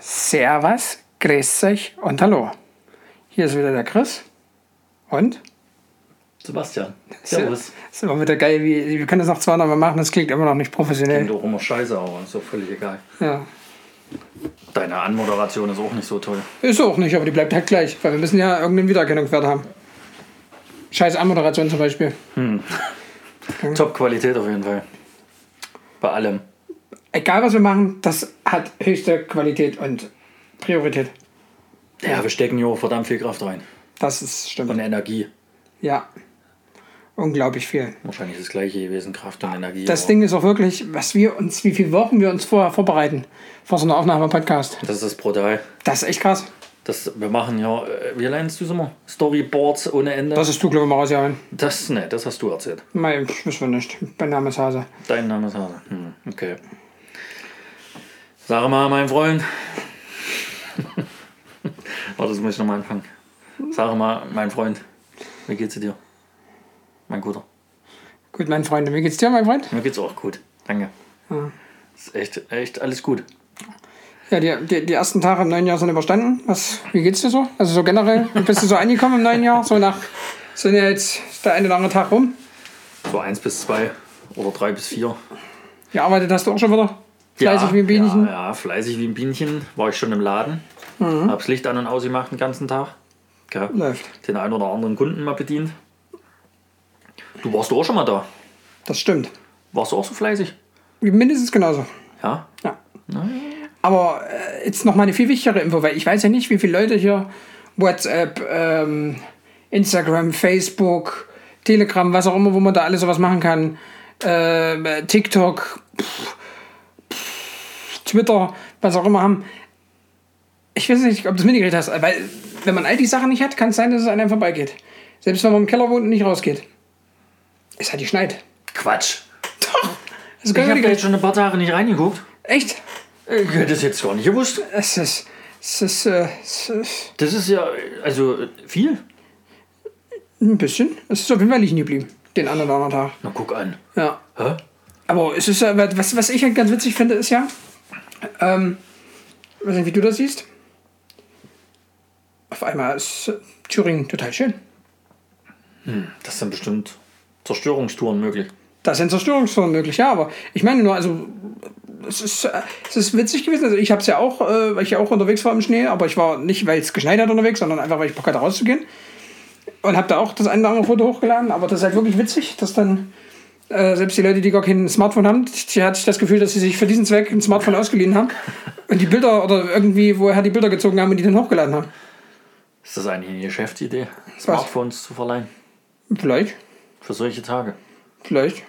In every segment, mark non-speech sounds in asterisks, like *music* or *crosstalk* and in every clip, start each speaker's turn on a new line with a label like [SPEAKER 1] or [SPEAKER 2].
[SPEAKER 1] Servus, grüß euch und hallo. Hier ist wieder der Chris und
[SPEAKER 2] Sebastian. Servus.
[SPEAKER 1] ist immer wieder geil, wie, wir können das noch zwar noch mal machen, das klingt immer noch nicht
[SPEAKER 2] Klingt
[SPEAKER 1] professionell.
[SPEAKER 2] doch immer scheiße, aber ist doch völlig egal.
[SPEAKER 1] Ja.
[SPEAKER 2] Deine Anmoderation ist auch nicht so toll.
[SPEAKER 1] Ist auch nicht, aber die bleibt halt gleich, weil wir müssen ja irgendeinen Wiedererkennungswert haben. Scheiß Anmoderation zum Beispiel. Hm.
[SPEAKER 2] Top-Qualität auf jeden Fall. Bei allem.
[SPEAKER 1] Egal was wir machen, das hat höchste Qualität und Priorität.
[SPEAKER 2] Ja, wir stecken hier auch verdammt viel Kraft rein.
[SPEAKER 1] Das ist stimmt.
[SPEAKER 2] Und Energie.
[SPEAKER 1] Ja. Unglaublich viel.
[SPEAKER 2] Wahrscheinlich das gleiche gewesen, Kraft und Energie.
[SPEAKER 1] Das
[SPEAKER 2] aber
[SPEAKER 1] Ding ist auch wirklich, was wir uns, wie viele Wochen wir uns vorher vorbereiten vor so einer Aufnahme im Podcast.
[SPEAKER 2] Das ist brutal.
[SPEAKER 1] Das ist echt krass.
[SPEAKER 2] Das, wir machen ja, äh, wie lernst du es immer? Storyboards ohne Ende.
[SPEAKER 1] Das ist du, glaube ich, mal rausgehauen.
[SPEAKER 2] das, ne, das hast du erzählt.
[SPEAKER 1] Mei, ich wissen wir nicht. Mein Name ist Hase.
[SPEAKER 2] Dein Name ist Hase. Hm, okay. Sag mal, mein Freund. *laughs* Warte, das muss ich nochmal anfangen. Sag mal, mein Freund. Wie geht's dir? Mein Guter.
[SPEAKER 1] Gut, meine Freunde, wie geht's dir, mein Freund?
[SPEAKER 2] Mir geht's auch gut. Danke. Ist echt, echt alles gut.
[SPEAKER 1] Ja, die, die, die ersten Tage im neuen Jahr sind überstanden. Was, wie geht's dir so? Also so generell, wie bist du so angekommen im neuen Jahr? So nach, sind ja jetzt der eine oder andere Tag rum.
[SPEAKER 2] So eins bis zwei oder drei bis vier.
[SPEAKER 1] Gearbeitet hast du auch schon wieder? Fleißig
[SPEAKER 2] ja,
[SPEAKER 1] wie ein Bienchen.
[SPEAKER 2] Ja, ja, fleißig wie ein Bienchen. War ich schon im Laden.
[SPEAKER 1] Mhm.
[SPEAKER 2] Hab's Licht an und aus gemacht den ganzen Tag. Gell?
[SPEAKER 1] Läuft.
[SPEAKER 2] Den einen oder anderen Kunden mal bedient. Du warst doch auch schon mal da.
[SPEAKER 1] Das stimmt.
[SPEAKER 2] Warst du auch so fleißig?
[SPEAKER 1] Mindestens genauso.
[SPEAKER 2] Ja.
[SPEAKER 1] Ja. Aber äh, jetzt noch mal eine viel wichtigere Info, weil ich weiß ja nicht, wie viele Leute hier WhatsApp, ähm, Instagram, Facebook, Telegram, was auch immer, wo man da alles sowas machen kann, äh, TikTok, pff, pff, Twitter, was auch immer haben. Ich weiß nicht, ob du es mitgekriegt hast, weil wenn man all die Sachen nicht hat, kann es sein, dass es an einem vorbeigeht. Selbst wenn man im Keller wohnt und nicht rausgeht. Es hat die Schneid.
[SPEAKER 2] Quatsch.
[SPEAKER 1] Das ist
[SPEAKER 2] Ich halt habe jetzt
[SPEAKER 1] ich
[SPEAKER 2] schon ein paar Tage nicht reingeguckt.
[SPEAKER 1] Echt?
[SPEAKER 2] Ich hätte es jetzt gar nicht gewusst.
[SPEAKER 1] Es ist. Es ist, äh, es ist
[SPEAKER 2] Das ist ja, also viel.
[SPEAKER 1] Ein bisschen. Es ist auf jeden Fall liegen geblieben, den anderen anderen Tag.
[SPEAKER 2] Na guck an.
[SPEAKER 1] Ja.
[SPEAKER 2] Hä?
[SPEAKER 1] Aber es ist ja, was, was ich halt ganz witzig finde, ist ja, ähm, weiß nicht, wie du das siehst. Auf einmal ist äh, Thüringen total schön.
[SPEAKER 2] Das sind bestimmt Zerstörungstouren möglich.
[SPEAKER 1] Das sind Zerstörungsformen möglich, ja, aber ich meine nur, also es ist, äh, es ist witzig gewesen. Also ich habe es ja auch, äh, weil ich ja auch unterwegs war im Schnee, aber ich war nicht, weil es geschneit hat unterwegs, sondern einfach, weil ich Bock hatte rauszugehen. Und habe da auch das eine oder andere Foto hochgeladen, aber das ist halt wirklich witzig, dass dann äh, selbst die Leute, die gar kein Smartphone haben, die hat sich das Gefühl, dass sie sich für diesen Zweck ein Smartphone ausgeliehen haben und die Bilder oder irgendwie woher die Bilder gezogen haben und die dann hochgeladen haben.
[SPEAKER 2] Ist das eigentlich eine Geschäftsidee, Smartphones zu verleihen?
[SPEAKER 1] Vielleicht,
[SPEAKER 2] Für solche Tage.
[SPEAKER 1] vielleicht.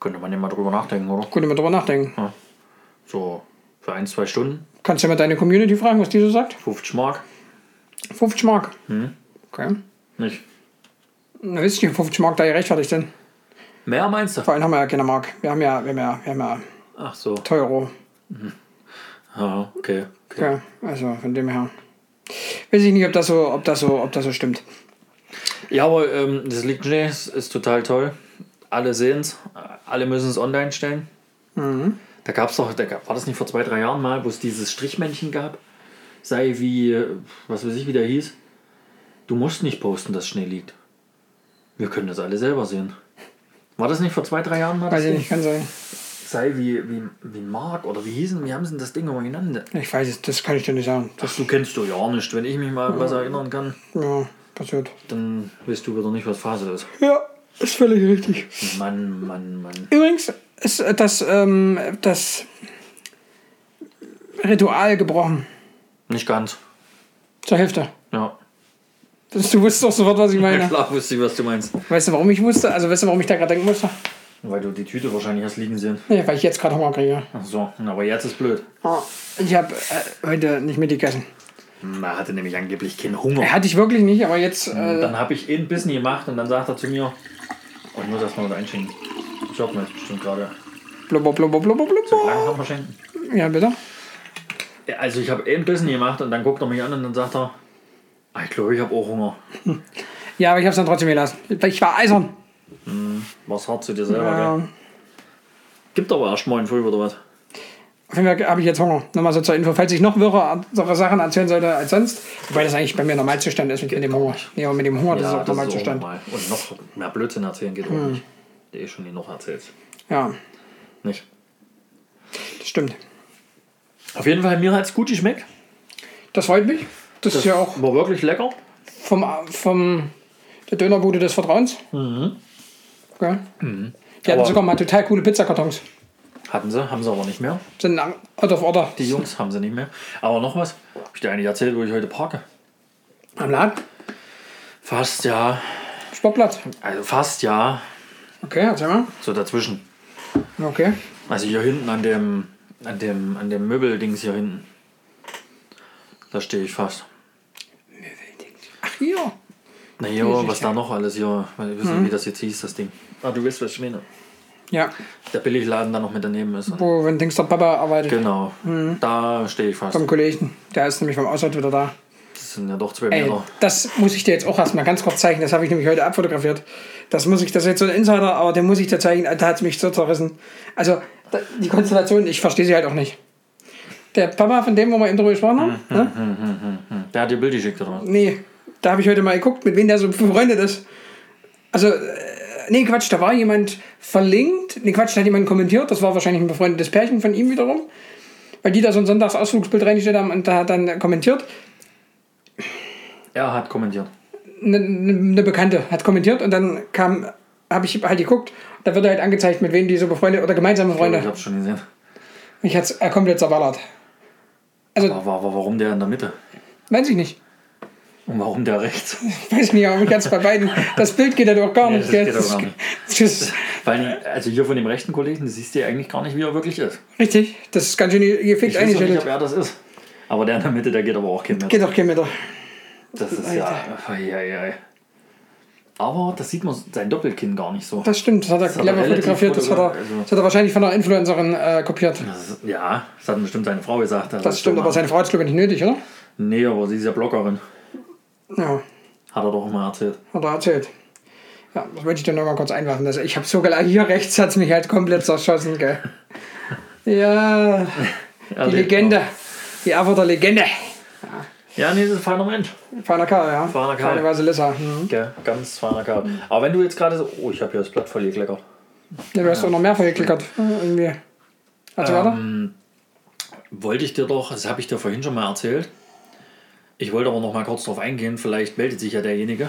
[SPEAKER 2] Könnte man ja mal drüber nachdenken, oder?
[SPEAKER 1] Könnte man drüber nachdenken.
[SPEAKER 2] So für ein, zwei Stunden,
[SPEAKER 1] Kannst ja mal deine Community fragen, was die so sagt.
[SPEAKER 2] 50 Mark.
[SPEAKER 1] 50 Mark. Okay.
[SPEAKER 2] Nicht.
[SPEAKER 1] Na, wisst ihr, 50 Mark da gerechtfertigt sind.
[SPEAKER 2] Mehr meinst du?
[SPEAKER 1] Vor allem haben wir ja keine Mark. Wir haben ja, wir haben ja, wir haben ja
[SPEAKER 2] Ach so.
[SPEAKER 1] Teuro.
[SPEAKER 2] Ah, okay. okay.
[SPEAKER 1] Ja, also von dem her. Weiß ich nicht, ob das so, ob das so, ob das so stimmt.
[SPEAKER 2] Ja, aber ähm, das liegt Schnee ist, ist total toll. Alle sehen es, alle müssen es online stellen.
[SPEAKER 1] Mhm.
[SPEAKER 2] Da gab es doch, da gab, war das nicht vor zwei, drei Jahren mal, wo es dieses Strichmännchen gab? Sei wie, äh, was weiß ich, wie der hieß. Du musst nicht posten, dass Schnee liegt. Wir können das alle selber sehen. War das nicht vor zwei, drei Jahren mal? das
[SPEAKER 1] Weiß ich
[SPEAKER 2] Ding?
[SPEAKER 1] nicht, kann sein.
[SPEAKER 2] Sei wie, wie, wie Mark oder wie hießen, wie haben sie denn das Ding immer genannt?
[SPEAKER 1] Ich weiß es, das kann ich dir nicht sagen. Das
[SPEAKER 2] Ach, du kennst du ja nicht. Wenn ich mich mal an was erinnern kann,
[SPEAKER 1] ja, passiert.
[SPEAKER 2] dann weißt du wieder nicht, was Phase ist.
[SPEAKER 1] Ja, ist völlig richtig.
[SPEAKER 2] Mann, Mann, Mann.
[SPEAKER 1] Übrigens ist äh, das, ähm, das Ritual gebrochen.
[SPEAKER 2] Nicht ganz.
[SPEAKER 1] Zur Hälfte.
[SPEAKER 2] Ja.
[SPEAKER 1] Das, du wusstest doch sofort, was ich
[SPEAKER 2] Ja,
[SPEAKER 1] meine.
[SPEAKER 2] klar wusste ich, was du meinst.
[SPEAKER 1] Weißt du, warum ich wusste? Also weißt du, warum ich da gerade denken musste?
[SPEAKER 2] Weil du die Tüte wahrscheinlich hast liegen sehen.
[SPEAKER 1] Nee, weil ich jetzt gerade Hunger kriege.
[SPEAKER 2] Ach so, aber jetzt ist blöd.
[SPEAKER 1] Ah, Ich habe äh, heute nicht mitgegessen.
[SPEAKER 2] Er hatte nämlich angeblich keinen Hunger.
[SPEAKER 1] Hatte ich wirklich nicht, aber jetzt. Äh,
[SPEAKER 2] Dann habe ich ihn Bissen gemacht und dann sagt er zu mir, oh, ich muss erstmal was einschenken. Ich hoffe, jetzt bestimmt gerade.
[SPEAKER 1] blubber, blubber, blubber, blubber.
[SPEAKER 2] Langsam verschenken.
[SPEAKER 1] Ja, bitte.
[SPEAKER 2] Ja, Also ich habe einen Bissen gemacht und dann guckt er mich an und dann sagt er, "Ah, ich glaube, ich habe auch Hunger.
[SPEAKER 1] Ja, aber ich hab's dann trotzdem gelassen. Ich war eisern. Äh,
[SPEAKER 2] Was hart zu dir selber, gell?
[SPEAKER 1] Ja.
[SPEAKER 2] Gibt aber erst morgen früh oder was?
[SPEAKER 1] Auf jeden Fall habe ich jetzt Hunger. Nochmal so zur Info, falls ich noch wirre andere Sachen erzählen sollte als sonst. Wobei das eigentlich bei mir Normalzustand ist mit, mit dem Hunger. Nee, aber mit dem Hunger, das ist auch Normalzustand.
[SPEAKER 2] normal. Und noch mehr Blödsinn erzählen geht
[SPEAKER 1] Hm.
[SPEAKER 2] auch nicht. Der eh schon nie noch erzählt.
[SPEAKER 1] Ja,
[SPEAKER 2] Nicht.
[SPEAKER 1] das stimmt.
[SPEAKER 2] Auf jeden Fall, mir hat es gut geschmeckt.
[SPEAKER 1] Das freut mich. Das, ist ja auch
[SPEAKER 2] War wirklich lecker.
[SPEAKER 1] vom, vom der Dönerbude des Vertrauens. Mhm. Gell? Die hatten
[SPEAKER 2] Aber-
[SPEAKER 1] sogar mal total coole Pizzakartons.
[SPEAKER 2] Hatten sie, haben sie aber nicht mehr.
[SPEAKER 1] Sind out of order.
[SPEAKER 2] Die Jungs haben sie nicht mehr. Aber noch was. Hab ich dir eigentlich erzählt, wo ich heute parke?
[SPEAKER 1] Am Laden?
[SPEAKER 2] Fast ja.
[SPEAKER 1] Sportplatz.
[SPEAKER 2] Also fast ja.
[SPEAKER 1] Okay, erzähl mal.
[SPEAKER 2] So dazwischen.
[SPEAKER 1] Okay.
[SPEAKER 2] Also hier hinten an dem, an dem, an dem Möbeldings hier hinten. Da stehe ich fast.
[SPEAKER 1] Ach, hier.
[SPEAKER 2] Na hier, was da noch alles hier? Weil wir wissen,
[SPEAKER 1] Hm.
[SPEAKER 2] wie das jetzt hieß, das Ding. Ah, du weißt, was ich meine.
[SPEAKER 1] Ja,
[SPEAKER 2] Der Billigladen da noch mit daneben ist. Und
[SPEAKER 1] wo, wenn Dings der Papa arbeitet.
[SPEAKER 2] genau.
[SPEAKER 1] Hm.
[SPEAKER 2] Da stehe ich fast.
[SPEAKER 1] Vom Kollegen. Der ist nämlich vom Ausland wieder da.
[SPEAKER 2] Das sind ja doch zwei
[SPEAKER 1] Ey,
[SPEAKER 2] Meter.
[SPEAKER 1] das muss ich dir jetzt auch erstmal ganz kurz zeigen. Das habe ich nämlich heute abfotografiert. Das muss ich, das ist jetzt so ein Insider, aber den muss ich dir zeigen. Da hat es mich so zerrissen. Also, da, die Konstellation, ich verstehe sie halt auch nicht. Der Papa von dem, wo wir eben drüber gesprochen haben,
[SPEAKER 2] Mhm.
[SPEAKER 1] ne?
[SPEAKER 2] Der hat dir Bild geschickt oder was?
[SPEAKER 1] nee, da habe ich heute mal geguckt, mit wem der so befreundet ist. Also, äh, nee, Quatsch, da war jemand verlinkt. Nee, Quatsch, da hat jemand kommentiert. Das war wahrscheinlich ein befreundetes Pärchen von ihm wiederum. Weil die da so ein Sonntagsausflugsbild reingestellt haben und da hat dann kommentiert.
[SPEAKER 2] Er hat kommentiert.
[SPEAKER 1] eine, eine Bekannte hat kommentiert und dann kam, habe ich halt geguckt, da wird halt angezeigt, mit wem die so befreundet oder gemeinsame
[SPEAKER 2] Ich
[SPEAKER 1] Freunde.
[SPEAKER 2] hab's schon gesehen.
[SPEAKER 1] Mich hat's äh, komplett zerballert. Also,
[SPEAKER 2] Aber, aber warum der in der Mitte?
[SPEAKER 1] weiß ich nicht. *laughs*
[SPEAKER 2] Und warum der rechts?
[SPEAKER 1] Weiß nicht, aber mich hat's bei beiden. Das Bild geht ja doch gar
[SPEAKER 2] Nee,
[SPEAKER 1] nicht.
[SPEAKER 2] das geht
[SPEAKER 1] gell?
[SPEAKER 2] doch gar nicht.
[SPEAKER 1] *laughs* Das ist
[SPEAKER 2] Weil, also hier von dem rechten Kollegen, das siehst du ja eigentlich gar nicht, wie er wirklich ist.
[SPEAKER 1] richtig, das ist ganz schön gefickt
[SPEAKER 2] Ich weiß auch nicht, ob
[SPEAKER 1] eingestellt.
[SPEAKER 2] er das ist. Aber der in der Mitte, der geht aber auch kein Meter.
[SPEAKER 1] Geht doch kein Meter.
[SPEAKER 2] Das ist ja. Eieiei. Aber das sieht man sein Doppelkinn gar nicht so.
[SPEAKER 1] Das stimmt, das hat er
[SPEAKER 2] hat er
[SPEAKER 1] clever
[SPEAKER 2] relativ
[SPEAKER 1] fotografiert. Das hat, er,
[SPEAKER 2] fotografiert, also-
[SPEAKER 1] das hat er wahrscheinlich von einer Influencerin äh, kopiert.
[SPEAKER 2] Das ist, ja, das hat bestimmt seine Frau gesagt.
[SPEAKER 1] Das stimmt, aber seine Frau hat es, glaube ich, nicht nötig, oder?
[SPEAKER 2] Nee, aber sie ist ja Bloggerin.
[SPEAKER 1] Ja.
[SPEAKER 2] Hat er doch mal erzählt.
[SPEAKER 1] Hat er erzählt. Ja, das wollte ich dir nochmal kurz einwerfen. Also ich habe sogar hier rechts hat es mich halt komplett zerschossen, gell. Ja, die
[SPEAKER 2] lebt
[SPEAKER 1] Legende. Die Erfurter Legende.
[SPEAKER 2] noch. Ja, nee, das ist ein feiner Mensch.
[SPEAKER 1] Feiner Kerl, ja.
[SPEAKER 2] Feiner Kerl.
[SPEAKER 1] Feine Vasilissa. Mhm.
[SPEAKER 2] Gell, ganz feiner Kerl. Aber wenn du jetzt gerade so. Oh, ich habe hier das Blatt voll gekleckert.
[SPEAKER 1] Ja, du hast auch noch mehr verklickert. Irgendwie. Also weiter?
[SPEAKER 2] Ähm, wollte ich dir doch, das habe ich dir vorhin schon mal erzählt. Ich wollte aber noch mal kurz drauf eingehen, vielleicht meldet sich ja derjenige.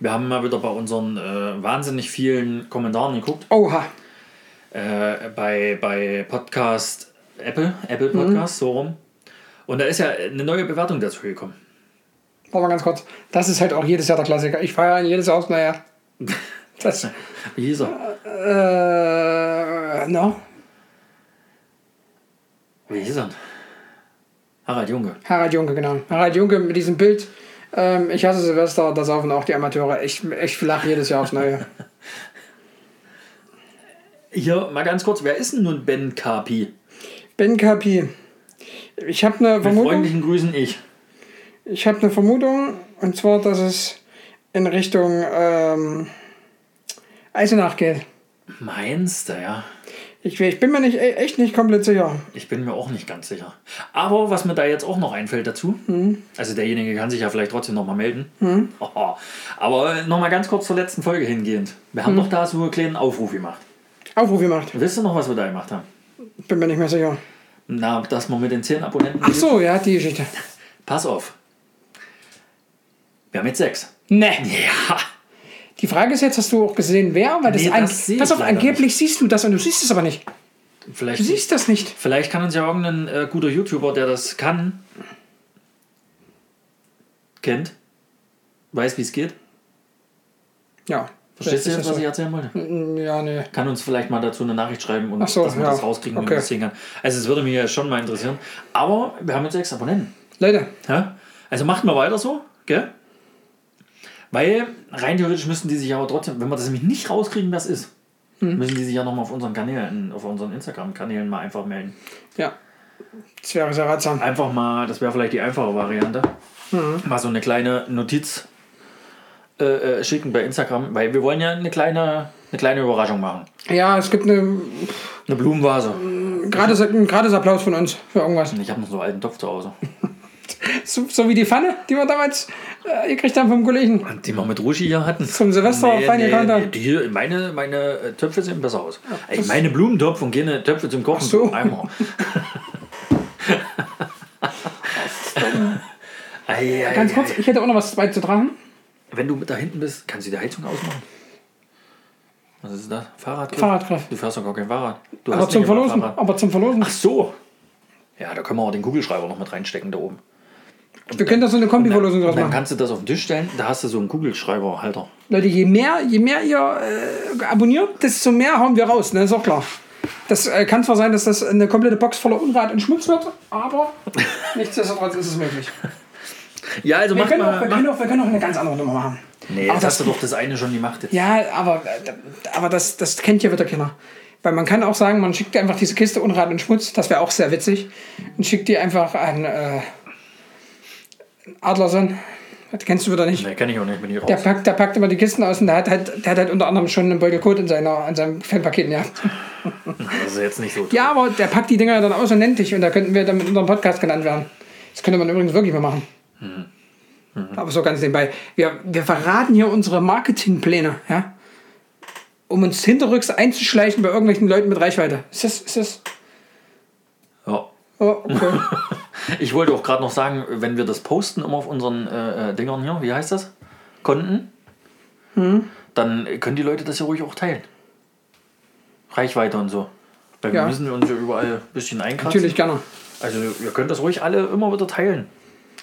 [SPEAKER 2] Wir haben mal wieder bei unseren äh, wahnsinnig vielen Kommentaren geguckt.
[SPEAKER 1] Oha.
[SPEAKER 2] Äh, bei, bei Podcast Apple, Apple Podcast, so rum. Und da ist ja eine neue Bewertung dazu gekommen.
[SPEAKER 1] Warte mal ganz kurz. Das ist halt auch jedes Jahr der Klassiker. Ich feiere ihn jedes Jahr aus.
[SPEAKER 2] *laughs*
[SPEAKER 1] Naja. Das.
[SPEAKER 2] Wie hieß er?
[SPEAKER 1] Äh. No.
[SPEAKER 2] Wie hieß er? denn? Harald Junge.
[SPEAKER 1] Harald Junke, genau. Harald Junke mit diesem Bild. Ähm, ich hasse Silvester, da saufen auch die Amateure. Ich, ich lache jedes Jahr aufs Neue.
[SPEAKER 2] Hier, mal ganz kurz, wer ist denn nun Ben Kapi?
[SPEAKER 1] Ben Kapi. Ich habe eine
[SPEAKER 2] Mit
[SPEAKER 1] Vermutung.
[SPEAKER 2] freundlichen Grüßen ich.
[SPEAKER 1] Ich habe eine Vermutung, und zwar, dass es in Richtung ähm, Eisenach geht.
[SPEAKER 2] Meinst du, ja?
[SPEAKER 1] Ich, ich bin mir nicht, e- echt nicht komplett sicher.
[SPEAKER 2] Ich bin mir auch nicht ganz sicher. Aber was mir da jetzt auch noch einfällt dazu,
[SPEAKER 1] Hm.
[SPEAKER 2] also derjenige kann sich ja vielleicht trotzdem nochmal melden. *laughs* Haha. Aber nochmal ganz kurz zur letzten Folge hingehend. Wir
[SPEAKER 1] Hm.
[SPEAKER 2] haben doch da so einen kleinen Aufruf gemacht.
[SPEAKER 1] Aufruf gemacht.
[SPEAKER 2] Wisst ihr noch, was wir da gemacht haben?
[SPEAKER 1] Bin mir nicht mehr sicher.
[SPEAKER 2] Na, dass man mit den 10 Abonnenten.
[SPEAKER 1] Ach so, ja, die Geschichte.
[SPEAKER 2] Pass auf. Wir haben jetzt 6.
[SPEAKER 1] Nee.
[SPEAKER 2] Ja.
[SPEAKER 1] Die Frage ist jetzt, hast du auch gesehen, wer? Weil das,
[SPEAKER 2] Nee,
[SPEAKER 1] an,
[SPEAKER 2] das seh ich
[SPEAKER 1] pass auf,
[SPEAKER 2] leider
[SPEAKER 1] angeblich siehst du das und du siehst es aber nicht. Du
[SPEAKER 2] Vielleicht,
[SPEAKER 1] siehst das nicht.
[SPEAKER 2] vielleicht kann uns ja irgendein äh, guter YouTuber, der das kann, kennt, weiß, wie es geht.
[SPEAKER 1] Ja.
[SPEAKER 2] Verstehst du
[SPEAKER 1] Vielleicht ist
[SPEAKER 2] jetzt, was ich
[SPEAKER 1] das
[SPEAKER 2] erzählen wollte?
[SPEAKER 1] so. Mm, Ja, nee.
[SPEAKER 2] kann uns vielleicht mal dazu eine Nachricht schreiben und
[SPEAKER 1] Ach so,
[SPEAKER 2] dass wir
[SPEAKER 1] ja.
[SPEAKER 2] das rauskriegen, wenn
[SPEAKER 1] Okay.
[SPEAKER 2] man das sehen kann. Also es würde mich ja schon mal interessieren. Aber wir haben jetzt sechs Abonnenten.
[SPEAKER 1] Leute,
[SPEAKER 2] Ja? Also macht mal weiter so, gell? Weil rein theoretisch müssten die sich aber trotzdem, wenn wir das nämlich nicht rauskriegen, was ist,
[SPEAKER 1] Hm.
[SPEAKER 2] müssen die sich ja nochmal auf unseren Kanälen, auf unseren Instagram-Kanälen mal einfach melden.
[SPEAKER 1] ja. Das wäre sehr ratsam.
[SPEAKER 2] Einfach mal, das wäre vielleicht die einfache Variante,
[SPEAKER 1] Hm.
[SPEAKER 2] mal so eine kleine Notiz äh, äh, schicken bei Instagram, weil wir wollen ja eine kleine, eine kleine Überraschung machen.
[SPEAKER 1] Ja, es gibt eine
[SPEAKER 2] Eine Blumenvase.
[SPEAKER 1] Gratis, ein gratis Applaus von uns für irgendwas.
[SPEAKER 2] Ich habe noch so einen alten Topf zu Hause.
[SPEAKER 1] So, so wie die Pfanne, die wir damals äh, gekriegt haben vom Kollegen.
[SPEAKER 2] Die wir mit Ruschi hier hatten.
[SPEAKER 1] Zum Silvester fein gekonnt haben.
[SPEAKER 2] die hier, meine, meine äh, Töpfe sehen besser aus. Ey, meine Blumentopf und keine Töpfe zum Kochen.
[SPEAKER 1] so.
[SPEAKER 2] so.
[SPEAKER 1] *laughs*
[SPEAKER 2] Einmal. *laughs* ei, ei,
[SPEAKER 1] Ganz
[SPEAKER 2] ei.
[SPEAKER 1] kurz, ich hätte auch noch was beizutragen.
[SPEAKER 2] Wenn du da hinten bist, kannst du die Heizung ausmachen. Was ist das? Fahrradgriff?
[SPEAKER 1] Fahrradgriff.
[SPEAKER 2] Du fährst doch gar kein Fahrrad. Du
[SPEAKER 1] Aber
[SPEAKER 2] hast
[SPEAKER 1] zum
[SPEAKER 2] nicht immer
[SPEAKER 1] Verlosen.
[SPEAKER 2] Fahrrad.
[SPEAKER 1] Aber zum Verlosen.
[SPEAKER 2] Ach so. Ja, da können wir auch den Kugelschreiber noch mit reinstecken da oben.
[SPEAKER 1] wir können da so eine Kombi-Verlosung draus
[SPEAKER 2] Und dann
[SPEAKER 1] machen.
[SPEAKER 2] kannst du das auf den Tisch stellen, da hast du so einen Kugelschreiberhalter.
[SPEAKER 1] Leute, je mehr, je mehr ihr äh, abonniert, desto mehr hauen wir raus. Ne? Ist auch klar. Das äh, kann zwar sein, dass das eine komplette Box voller Unrat und Schmutz wird,
[SPEAKER 2] *laughs*
[SPEAKER 1] aber nichtsdestotrotz ist es möglich.
[SPEAKER 2] Ja, also
[SPEAKER 1] Wir
[SPEAKER 2] mach
[SPEAKER 1] können, auch,
[SPEAKER 2] mal.
[SPEAKER 1] wir,
[SPEAKER 2] Mach.
[SPEAKER 1] können auch, wir können auch eine ganz andere Nummer machen.
[SPEAKER 2] Nee,
[SPEAKER 1] aber
[SPEAKER 2] das
[SPEAKER 1] das,
[SPEAKER 2] hast du doch das eine schon gemacht. Jetzt.
[SPEAKER 1] ja, aber, äh, aber das, das kennt ja wieder keiner. Weil man kann auch sagen, man schickt einfach diese Kiste Unrat und Schmutz, das wäre auch sehr witzig, und schickt die einfach an äh, Adlerson. Das kennst du wieder nicht.
[SPEAKER 2] Nee, kenn ich auch nicht, bin ich raus.
[SPEAKER 1] Der packt, der packt immer die Kisten aus und der hat halt, der hat halt unter anderem schon einen Beutel Kot in, seiner, in seinem Fanpaket. Ja.
[SPEAKER 2] Das ist jetzt nicht so.
[SPEAKER 1] ja, aber der packt die Dinger dann aus und nennt dich und da könnten wir dann mit unserem Podcast genannt werden. Das könnte man übrigens wirklich mal machen. Aber so ganz nebenbei. Wir, wir verraten hier unsere Marketingpläne, ja? um uns hinterrücks einzuschleichen bei irgendwelchen Leuten mit Reichweite. Ist das, ist das?
[SPEAKER 2] Ja.
[SPEAKER 1] Oh, okay.
[SPEAKER 2] Ich wollte auch gerade noch sagen, wenn wir das posten immer auf unseren äh, äh, Dingern hier, wie heißt das? Konten,
[SPEAKER 1] Hm.
[SPEAKER 2] dann können die Leute das ja ruhig auch teilen. Reichweite und so. Weil
[SPEAKER 1] Ja.
[SPEAKER 2] wir müssen uns ja überall ein bisschen einkratzen.
[SPEAKER 1] Natürlich gerne.
[SPEAKER 2] Also ihr könnt das ruhig alle immer wieder teilen.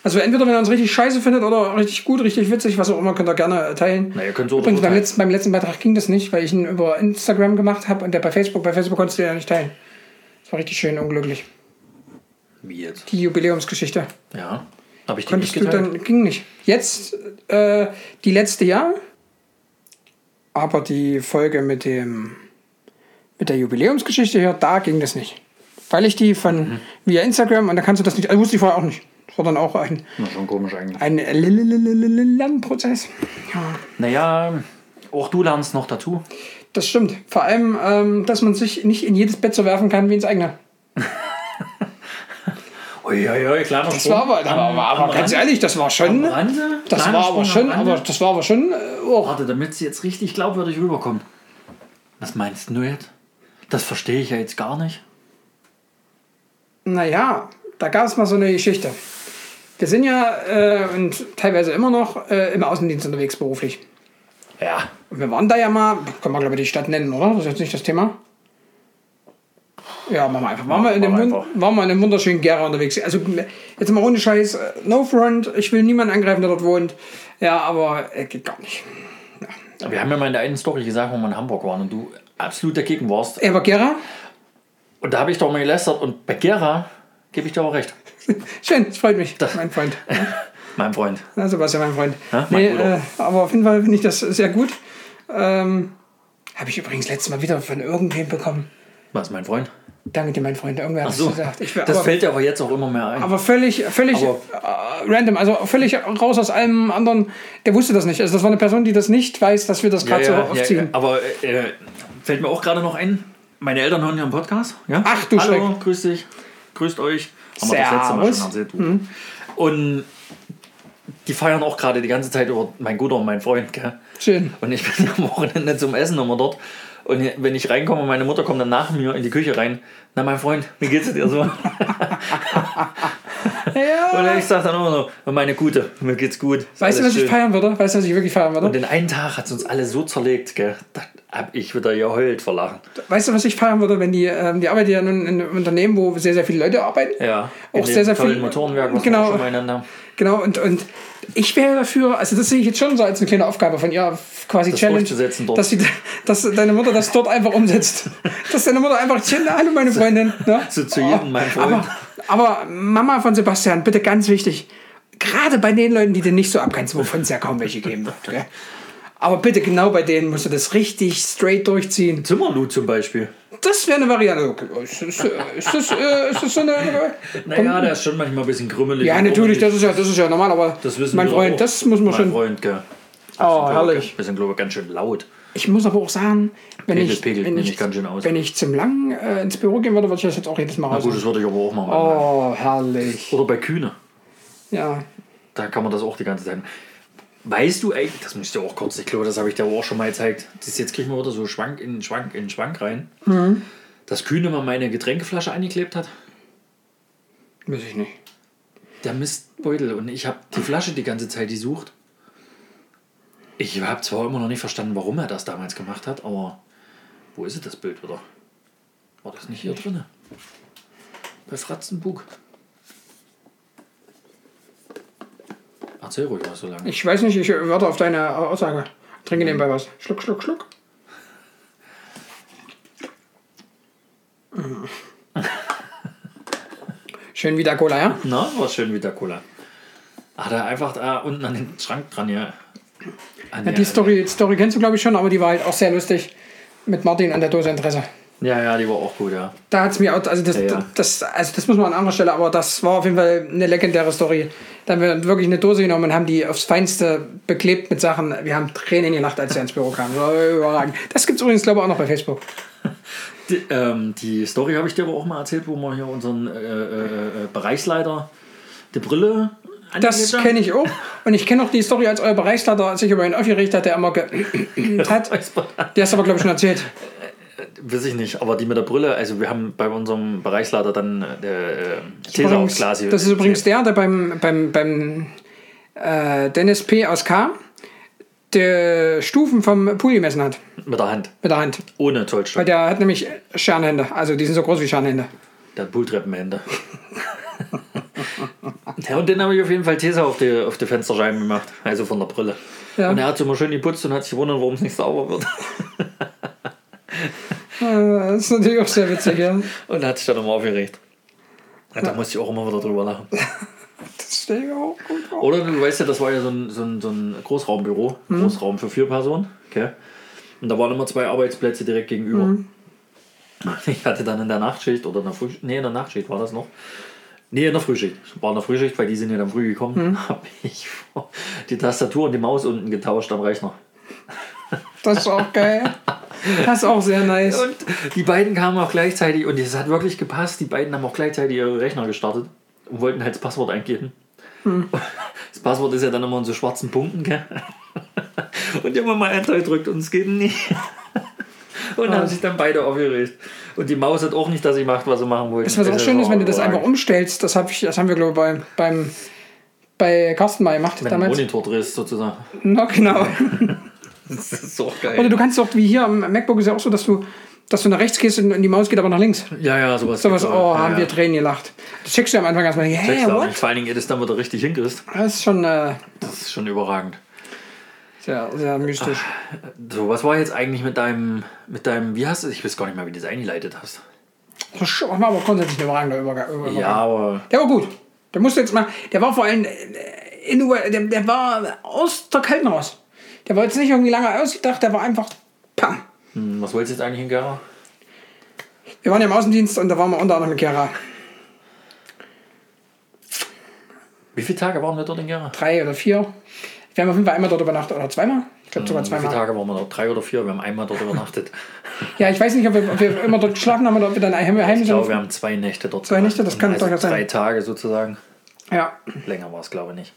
[SPEAKER 1] Also entweder wenn ihr uns richtig scheiße findet oder richtig gut, richtig witzig, was auch immer, könnt ihr gerne äh, teilen.
[SPEAKER 2] Na, ihr könnt so oder
[SPEAKER 1] Übrigens,
[SPEAKER 2] so
[SPEAKER 1] beim
[SPEAKER 2] teilen.
[SPEAKER 1] letzten, beim letzten Beitrag ging das nicht, weil ich ihn über Instagram gemacht habe und der bei Facebook, bei Facebook konntest du ihn ja nicht teilen. Das war richtig schön unglücklich.
[SPEAKER 2] Wie jetzt?
[SPEAKER 1] Die Jubiläumsgeschichte.
[SPEAKER 2] Ja. Habe ich die nicht
[SPEAKER 1] Konntest du
[SPEAKER 2] geteilt?
[SPEAKER 1] dann, ging nicht. Jetzt, äh, die letzte Jahr, aber die Folge mit dem, mit der Jubiläumsgeschichte hier, da ging das nicht. Weil ich die von,
[SPEAKER 2] Mhm.
[SPEAKER 1] via Instagram, und da kannst du das nicht, also wusste ich vorher auch nicht. Das war dann auch ein,
[SPEAKER 2] Na, schon komisch eigentlich.
[SPEAKER 1] ein Lernprozess. Ja.
[SPEAKER 2] Naja, auch du lernst noch dazu.
[SPEAKER 1] Das stimmt. Vor allem, ähm, dass man sich nicht in jedes Bett so werfen kann wie ins eigene.
[SPEAKER 2] Uiuiui, kleiner
[SPEAKER 1] Das war aber, aber, aber, aber ganz ehrlich, das war schon.
[SPEAKER 2] Rande?
[SPEAKER 1] Das
[SPEAKER 2] Kleiner
[SPEAKER 1] war aber
[SPEAKER 2] Sprung
[SPEAKER 1] schon,
[SPEAKER 2] am
[SPEAKER 1] aber
[SPEAKER 2] Rande?
[SPEAKER 1] das war aber schon. Äh, oh.
[SPEAKER 2] Warte, damit sie jetzt richtig glaubwürdig rüberkommt. Was meinst du jetzt? Das verstehe ich ja jetzt gar nicht.
[SPEAKER 1] Naja, da gab es mal so eine Geschichte. Wir sind ja äh, und teilweise immer noch äh, im Außendienst unterwegs beruflich.
[SPEAKER 2] Ja.
[SPEAKER 1] Und wir waren da ja mal, können wir glaube ich die Stadt nennen, oder? Das ist jetzt nicht das Thema. Ja, machen wir einfach. Waren wir in dem,
[SPEAKER 2] Machen wir
[SPEAKER 1] wund-
[SPEAKER 2] einfach.
[SPEAKER 1] waren wir in dem wunderschönen Gera unterwegs. Also jetzt mal ohne Scheiß, äh, no front, ich will niemanden angreifen, der dort wohnt. Ja, aber äh, geht gar nicht.
[SPEAKER 2] Wir haben ja mal in der einen Story gesagt, wo wir in Hamburg waren und du absolut dagegen warst.
[SPEAKER 1] Aber Gera,
[SPEAKER 2] Und da habe ich doch mal gelästert und bei Gera gebe ich dir aber recht.
[SPEAKER 1] schön, das freut mich, mein Freund.
[SPEAKER 2] Mein Freund.
[SPEAKER 1] Na, Sebastian, mein Freund.
[SPEAKER 2] Ja, mein
[SPEAKER 1] nee,
[SPEAKER 2] Bruder.
[SPEAKER 1] äh, aber auf jeden Fall finde ich das sehr gut. Ähm, Habe ich übrigens letztes Mal wieder von irgendwem bekommen.
[SPEAKER 2] Was, mein Freund?
[SPEAKER 1] Danke dir, mein Freund. Irgendwer hat es
[SPEAKER 2] So,
[SPEAKER 1] gesagt. Ich, wär-
[SPEAKER 2] das
[SPEAKER 1] aber,
[SPEAKER 2] fällt dir aber jetzt auch immer mehr ein.
[SPEAKER 1] aber völlig, völlig
[SPEAKER 2] Aber-
[SPEAKER 1] äh, random, also völlig raus aus allem anderen. Der wusste das nicht. Also das war eine Person, die das nicht weiß, dass wir das
[SPEAKER 2] ja,
[SPEAKER 1] gerade
[SPEAKER 2] ja,
[SPEAKER 1] so
[SPEAKER 2] ja,
[SPEAKER 1] aufziehen.
[SPEAKER 2] ja. Aber äh, fällt mir auch gerade noch ein, meine Eltern hören ja einen Podcast. Ja?
[SPEAKER 1] Ach, du
[SPEAKER 2] Hallo, grüß dich. Grüßt euch. Haben wir das letzte Mal
[SPEAKER 1] Servus. Hm.
[SPEAKER 2] schon erzählt. du. Und die feiern auch gerade die ganze Zeit über mein Guter und mein Freund. Gell? *laughs*
[SPEAKER 1] Schön.
[SPEAKER 2] Und ich bin am Wochenende zum Essen immer dort. Und wenn ich reinkomme, meine Mutter kommt dann nach mir in die Küche rein. Na, mein Freund, wie geht's
[SPEAKER 1] *laughs*
[SPEAKER 2] dir so?
[SPEAKER 1] Ja.
[SPEAKER 2] Und ich sag dann immer so, "Und meine Gute, mir geht's gut. Ist
[SPEAKER 1] Weißt du,
[SPEAKER 2] alles
[SPEAKER 1] was
[SPEAKER 2] schön."
[SPEAKER 1] ich feiern würde? Weißt du, was ich wirklich feiern
[SPEAKER 2] Und
[SPEAKER 1] würde?
[SPEAKER 2] in einen Tag hat es uns alle so zerlegt, gell? Da hab ich wieder geheult vor Lachen.
[SPEAKER 1] Weißt du, was ich feiern würde, wenn die, ähm, die arbeiten ja nun in einem Unternehmen, wo sehr, sehr viele Leute arbeiten.
[SPEAKER 2] Ja,
[SPEAKER 1] Auch
[SPEAKER 2] in dem
[SPEAKER 1] sehr, sehr
[SPEAKER 2] tollen
[SPEAKER 1] viel-
[SPEAKER 2] Motorenwerk, was
[SPEAKER 1] Genau.
[SPEAKER 2] wir auch schon mal genannt haben.
[SPEAKER 1] Genau, und, und ich wäre dafür, also das sehe ich jetzt schon so als eine kleine Aufgabe von ihr, quasi
[SPEAKER 2] Das
[SPEAKER 1] Challenge,
[SPEAKER 2] durchzusetzen dort.
[SPEAKER 1] Dass, sie, dass deine Mutter das dort einfach
[SPEAKER 2] *laughs*
[SPEAKER 1] umsetzt. dass deine Mutter einfach, "Tja, hallo meine Freundin. Ne?
[SPEAKER 2] So zu jedem, mein Freund.
[SPEAKER 1] Aber, aber Mama von Sebastian, bitte ganz wichtig, gerade bei den Leuten, die du nicht so abkennst, wovon es ja kaum welche geben wird. Gell? Aber bitte genau bei denen musst du das richtig straight durchziehen.
[SPEAKER 2] Zimmerlu zum Beispiel.
[SPEAKER 1] Das wäre eine Variante. Okay, Ist das, ist das, äh, ist das so eine...
[SPEAKER 2] Naja, der ist schon manchmal ein bisschen krümmelig.
[SPEAKER 1] Ja,
[SPEAKER 2] und
[SPEAKER 1] natürlich, das
[SPEAKER 2] ruckelig.
[SPEAKER 1] ist ja, das ist ja normal, aber
[SPEAKER 2] das wissen
[SPEAKER 1] mein
[SPEAKER 2] wir
[SPEAKER 1] Freund,
[SPEAKER 2] auch.
[SPEAKER 1] das muss man
[SPEAKER 2] mein
[SPEAKER 1] schon...
[SPEAKER 2] Freund, gell?
[SPEAKER 1] Oh, herrlich.
[SPEAKER 2] Wir sind, glaube ich, ganz schön laut.
[SPEAKER 1] Ich muss aber auch sagen, wenn
[SPEAKER 2] Pegel
[SPEAKER 1] ich,
[SPEAKER 2] pegelt
[SPEAKER 1] wenn
[SPEAKER 2] nämlich
[SPEAKER 1] ich,
[SPEAKER 2] ganz schön aus.
[SPEAKER 1] wenn ich zum Langen äh, ins Büro gehen würde, würde ich das jetzt auch jedes Mal
[SPEAKER 2] Na gut,
[SPEAKER 1] raus.
[SPEAKER 2] das würde ich aber auch mal machen.
[SPEAKER 1] Oh, herrlich.
[SPEAKER 2] Oder bei Kühne.
[SPEAKER 1] Ja.
[SPEAKER 2] Da kann man das auch die ganze Zeit. Weißt du eigentlich, das musst du auch kurz, ich glaube, das habe ich dir aber auch schon mal gezeigt. Das jetzt kriegen wir wieder so Schwank in Schwank in Schwank rein.
[SPEAKER 1] Mhm.
[SPEAKER 2] Dass Kühne mal meine Getränkeflasche eingeklebt hat.
[SPEAKER 1] Muss ich nicht.
[SPEAKER 2] Der Mistbeutel. Und ich habe die Flasche die ganze Zeit gesucht. Ich habe zwar immer noch nicht verstanden, warum er das damals gemacht hat, aber wo ist denn das Bild wieder? War das nicht hier drin? Bei Fratzenbug. Erzähl ruhig mal so lange.
[SPEAKER 1] Ich weiß nicht, ich warte auf deine Aussage. Trinke nebenbei was. Schluck, schluck,
[SPEAKER 2] *laughs*
[SPEAKER 1] schluck. Mm. Schön wieder Cola, ja?
[SPEAKER 2] Na, war schön wieder Cola. Hat er einfach da unten an den Schrank dran ja. An
[SPEAKER 1] Ja, die Story, die Story kennst du, glaube ich, schon, aber die war halt auch sehr lustig. Mit Martin an der Dose Interesse.
[SPEAKER 2] Ja, ja, die war auch gut, ja.
[SPEAKER 1] Da hat es mir auch, also das,
[SPEAKER 2] Ja, ja.
[SPEAKER 1] Das, also das muss man an anderer Stelle, aber das war auf jeden Fall eine legendäre Story. Da haben wir wirklich eine Dose genommen und haben die aufs Feinste beklebt mit Sachen. Wir haben Tränen gelacht, als wir ins Büro kamen. Das war überragend. Das gibt es übrigens, glaube ich, auch noch bei Facebook.
[SPEAKER 2] Die, ähm, die Story habe ich dir aber auch mal erzählt, wo wir hier unseren äh, äh, äh, Bereichsleiter die Brille
[SPEAKER 1] Das
[SPEAKER 2] angeklebt haben.
[SPEAKER 1] kenne ich auch. Und ich kenne auch die Story, als euer Bereichsleiter sich über ihn aufgeregt hat, der immer *laughs* ge hat.
[SPEAKER 2] Weiß man-
[SPEAKER 1] Der ist aber, glaube ich, schon erzählt.
[SPEAKER 2] Weiß ich nicht, aber die mit der Brille, also wir haben bei unserem Bereichsleiter dann äh, äh, These aufs
[SPEAKER 1] Übrigens,
[SPEAKER 2] Glas.
[SPEAKER 1] das ist übrigens der, der beim, beim, beim äh, Dennis P. aus K. die Stufen vom Pool gemessen hat.
[SPEAKER 2] Mit der Hand,
[SPEAKER 1] Mit der Hand.
[SPEAKER 2] ohne
[SPEAKER 1] Weil
[SPEAKER 2] Zollstock.
[SPEAKER 1] der hat nämlich Scherenhände. Also die sind so groß wie Scherenhände.
[SPEAKER 2] Der hat Bulltreppenhände. *laughs* ja, und den habe ich auf jeden Fall These auf die, auf die Fensterscheiben gemacht, also von der Brille.
[SPEAKER 1] Ja.
[SPEAKER 2] Und er hat so immer schön geputzt und hat sich gewundert, warum es nicht sauber wird. *laughs*
[SPEAKER 1] Äh, Das ist natürlich auch sehr witzig, ja.
[SPEAKER 2] Und hat sich dann immer aufgeregt. Ja, da musste ich auch immer wieder drüber lachen.
[SPEAKER 1] Das stelle ich mir auch gut vor.
[SPEAKER 2] Oder du weißt ja, das war ja so ein, so ein, so ein Großraumbüro, Großraum für vier Personen. Okay. Und da waren immer zwei Arbeitsplätze direkt gegenüber. *laughs* Ich hatte dann in der Nachtschicht oder in der Frühschicht, nee, in der Nachtschicht war das noch. Nee, in der Frühschicht. War in der Frühschicht, weil die sind ja dann früh gekommen. *laughs* Habe ich die Tastatur und die Maus unten getauscht am Rechner.
[SPEAKER 1] Das ist auch geil. Das ist auch sehr nice.
[SPEAKER 2] Und die beiden kamen auch gleichzeitig und es hat wirklich gepasst. Die beiden haben auch gleichzeitig ihre Rechner gestartet und wollten halt das Passwort eingeben.
[SPEAKER 1] Hm.
[SPEAKER 2] Das Passwort ist ja dann immer in so schwarzen Punkten, gell? *laughs* Und die haben immer Enter gedrückt und es geht nicht. *laughs* Und
[SPEAKER 1] Ah.
[SPEAKER 2] haben sich dann beide aufgeregt. Und die Maus hat auch nicht, dass sie macht, was sie machen Also, oh, wollte.
[SPEAKER 1] Das, was auch schön ist, wenn du das einfach umstellst, das, hab ich, das haben wir, glaube ich, beim, beim, bei Carsten mal gemacht
[SPEAKER 2] Wenn
[SPEAKER 1] damals.
[SPEAKER 2] du Monitor
[SPEAKER 1] *laughs*
[SPEAKER 2] drehst, sozusagen.
[SPEAKER 1] Na, genau.
[SPEAKER 2] Das ist auch
[SPEAKER 1] Oder
[SPEAKER 2] geil.
[SPEAKER 1] du kannst auch, wie hier am MacBook ist ja auch so, dass du, dass du nach rechts gehst und und die Maus geht aber nach links.
[SPEAKER 2] Ja, ja, sowas.
[SPEAKER 1] Sowas, oh,
[SPEAKER 2] gibt's auch. Genau. Ja,
[SPEAKER 1] haben
[SPEAKER 2] ja.
[SPEAKER 1] wir Tränen gelacht. Das checkst du am Anfang erstmal, hey,
[SPEAKER 2] Checkst du auch nicht.
[SPEAKER 1] what?
[SPEAKER 2] Vor allen Dingen, ihr das dann wieder richtig hinkriegst.
[SPEAKER 1] Das ist schon äh,
[SPEAKER 2] Das ist schon überragend.
[SPEAKER 1] sehr, sehr mystisch.
[SPEAKER 2] Ah. So, was war jetzt eigentlich mit deinem, mit deinem, wie hast du, ich weiß gar nicht mehr, wie du das eingeleitet hast.
[SPEAKER 1] Das ist war aber grundsätzlich ein überragender Übergang. Übergang.
[SPEAKER 2] aber.
[SPEAKER 1] Der war gut. Der musste jetzt mal. Der war vor allem. äh, In, der, der war aus der Kalten raus. Der war jetzt nicht irgendwie lange ausgedacht, der war einfach. Pam.
[SPEAKER 2] Hm, was wolltest du jetzt eigentlich in Gera?
[SPEAKER 1] Wir waren ja im Außendienst und da waren wir unter anderem mit Gera.
[SPEAKER 2] Wie viele Tage waren wir dort in Gera?
[SPEAKER 1] Drei oder vier. Wir haben auf jeden Fall einmal dort übernachtet oder zweimal. Ich glaube sogar
[SPEAKER 2] Mhm, Wie viele
[SPEAKER 1] zweimal.
[SPEAKER 2] Tage waren wir dort? Drei oder vier? Wir haben einmal
[SPEAKER 1] *laughs*
[SPEAKER 2] dort übernachtet.
[SPEAKER 1] Ja, ich weiß nicht, ob wir, ob wir immer dort geschlafen haben oder ob wir dann heim, heim
[SPEAKER 2] Ich
[SPEAKER 1] sind.
[SPEAKER 2] glaube, wir haben zwei Nächte dort
[SPEAKER 1] Zwei
[SPEAKER 2] gemacht.
[SPEAKER 1] Nächte, das kann
[SPEAKER 2] also
[SPEAKER 1] durchaus sein.
[SPEAKER 2] Drei Tage sozusagen.
[SPEAKER 1] Ja.
[SPEAKER 2] Länger war es, glaube ich, nicht.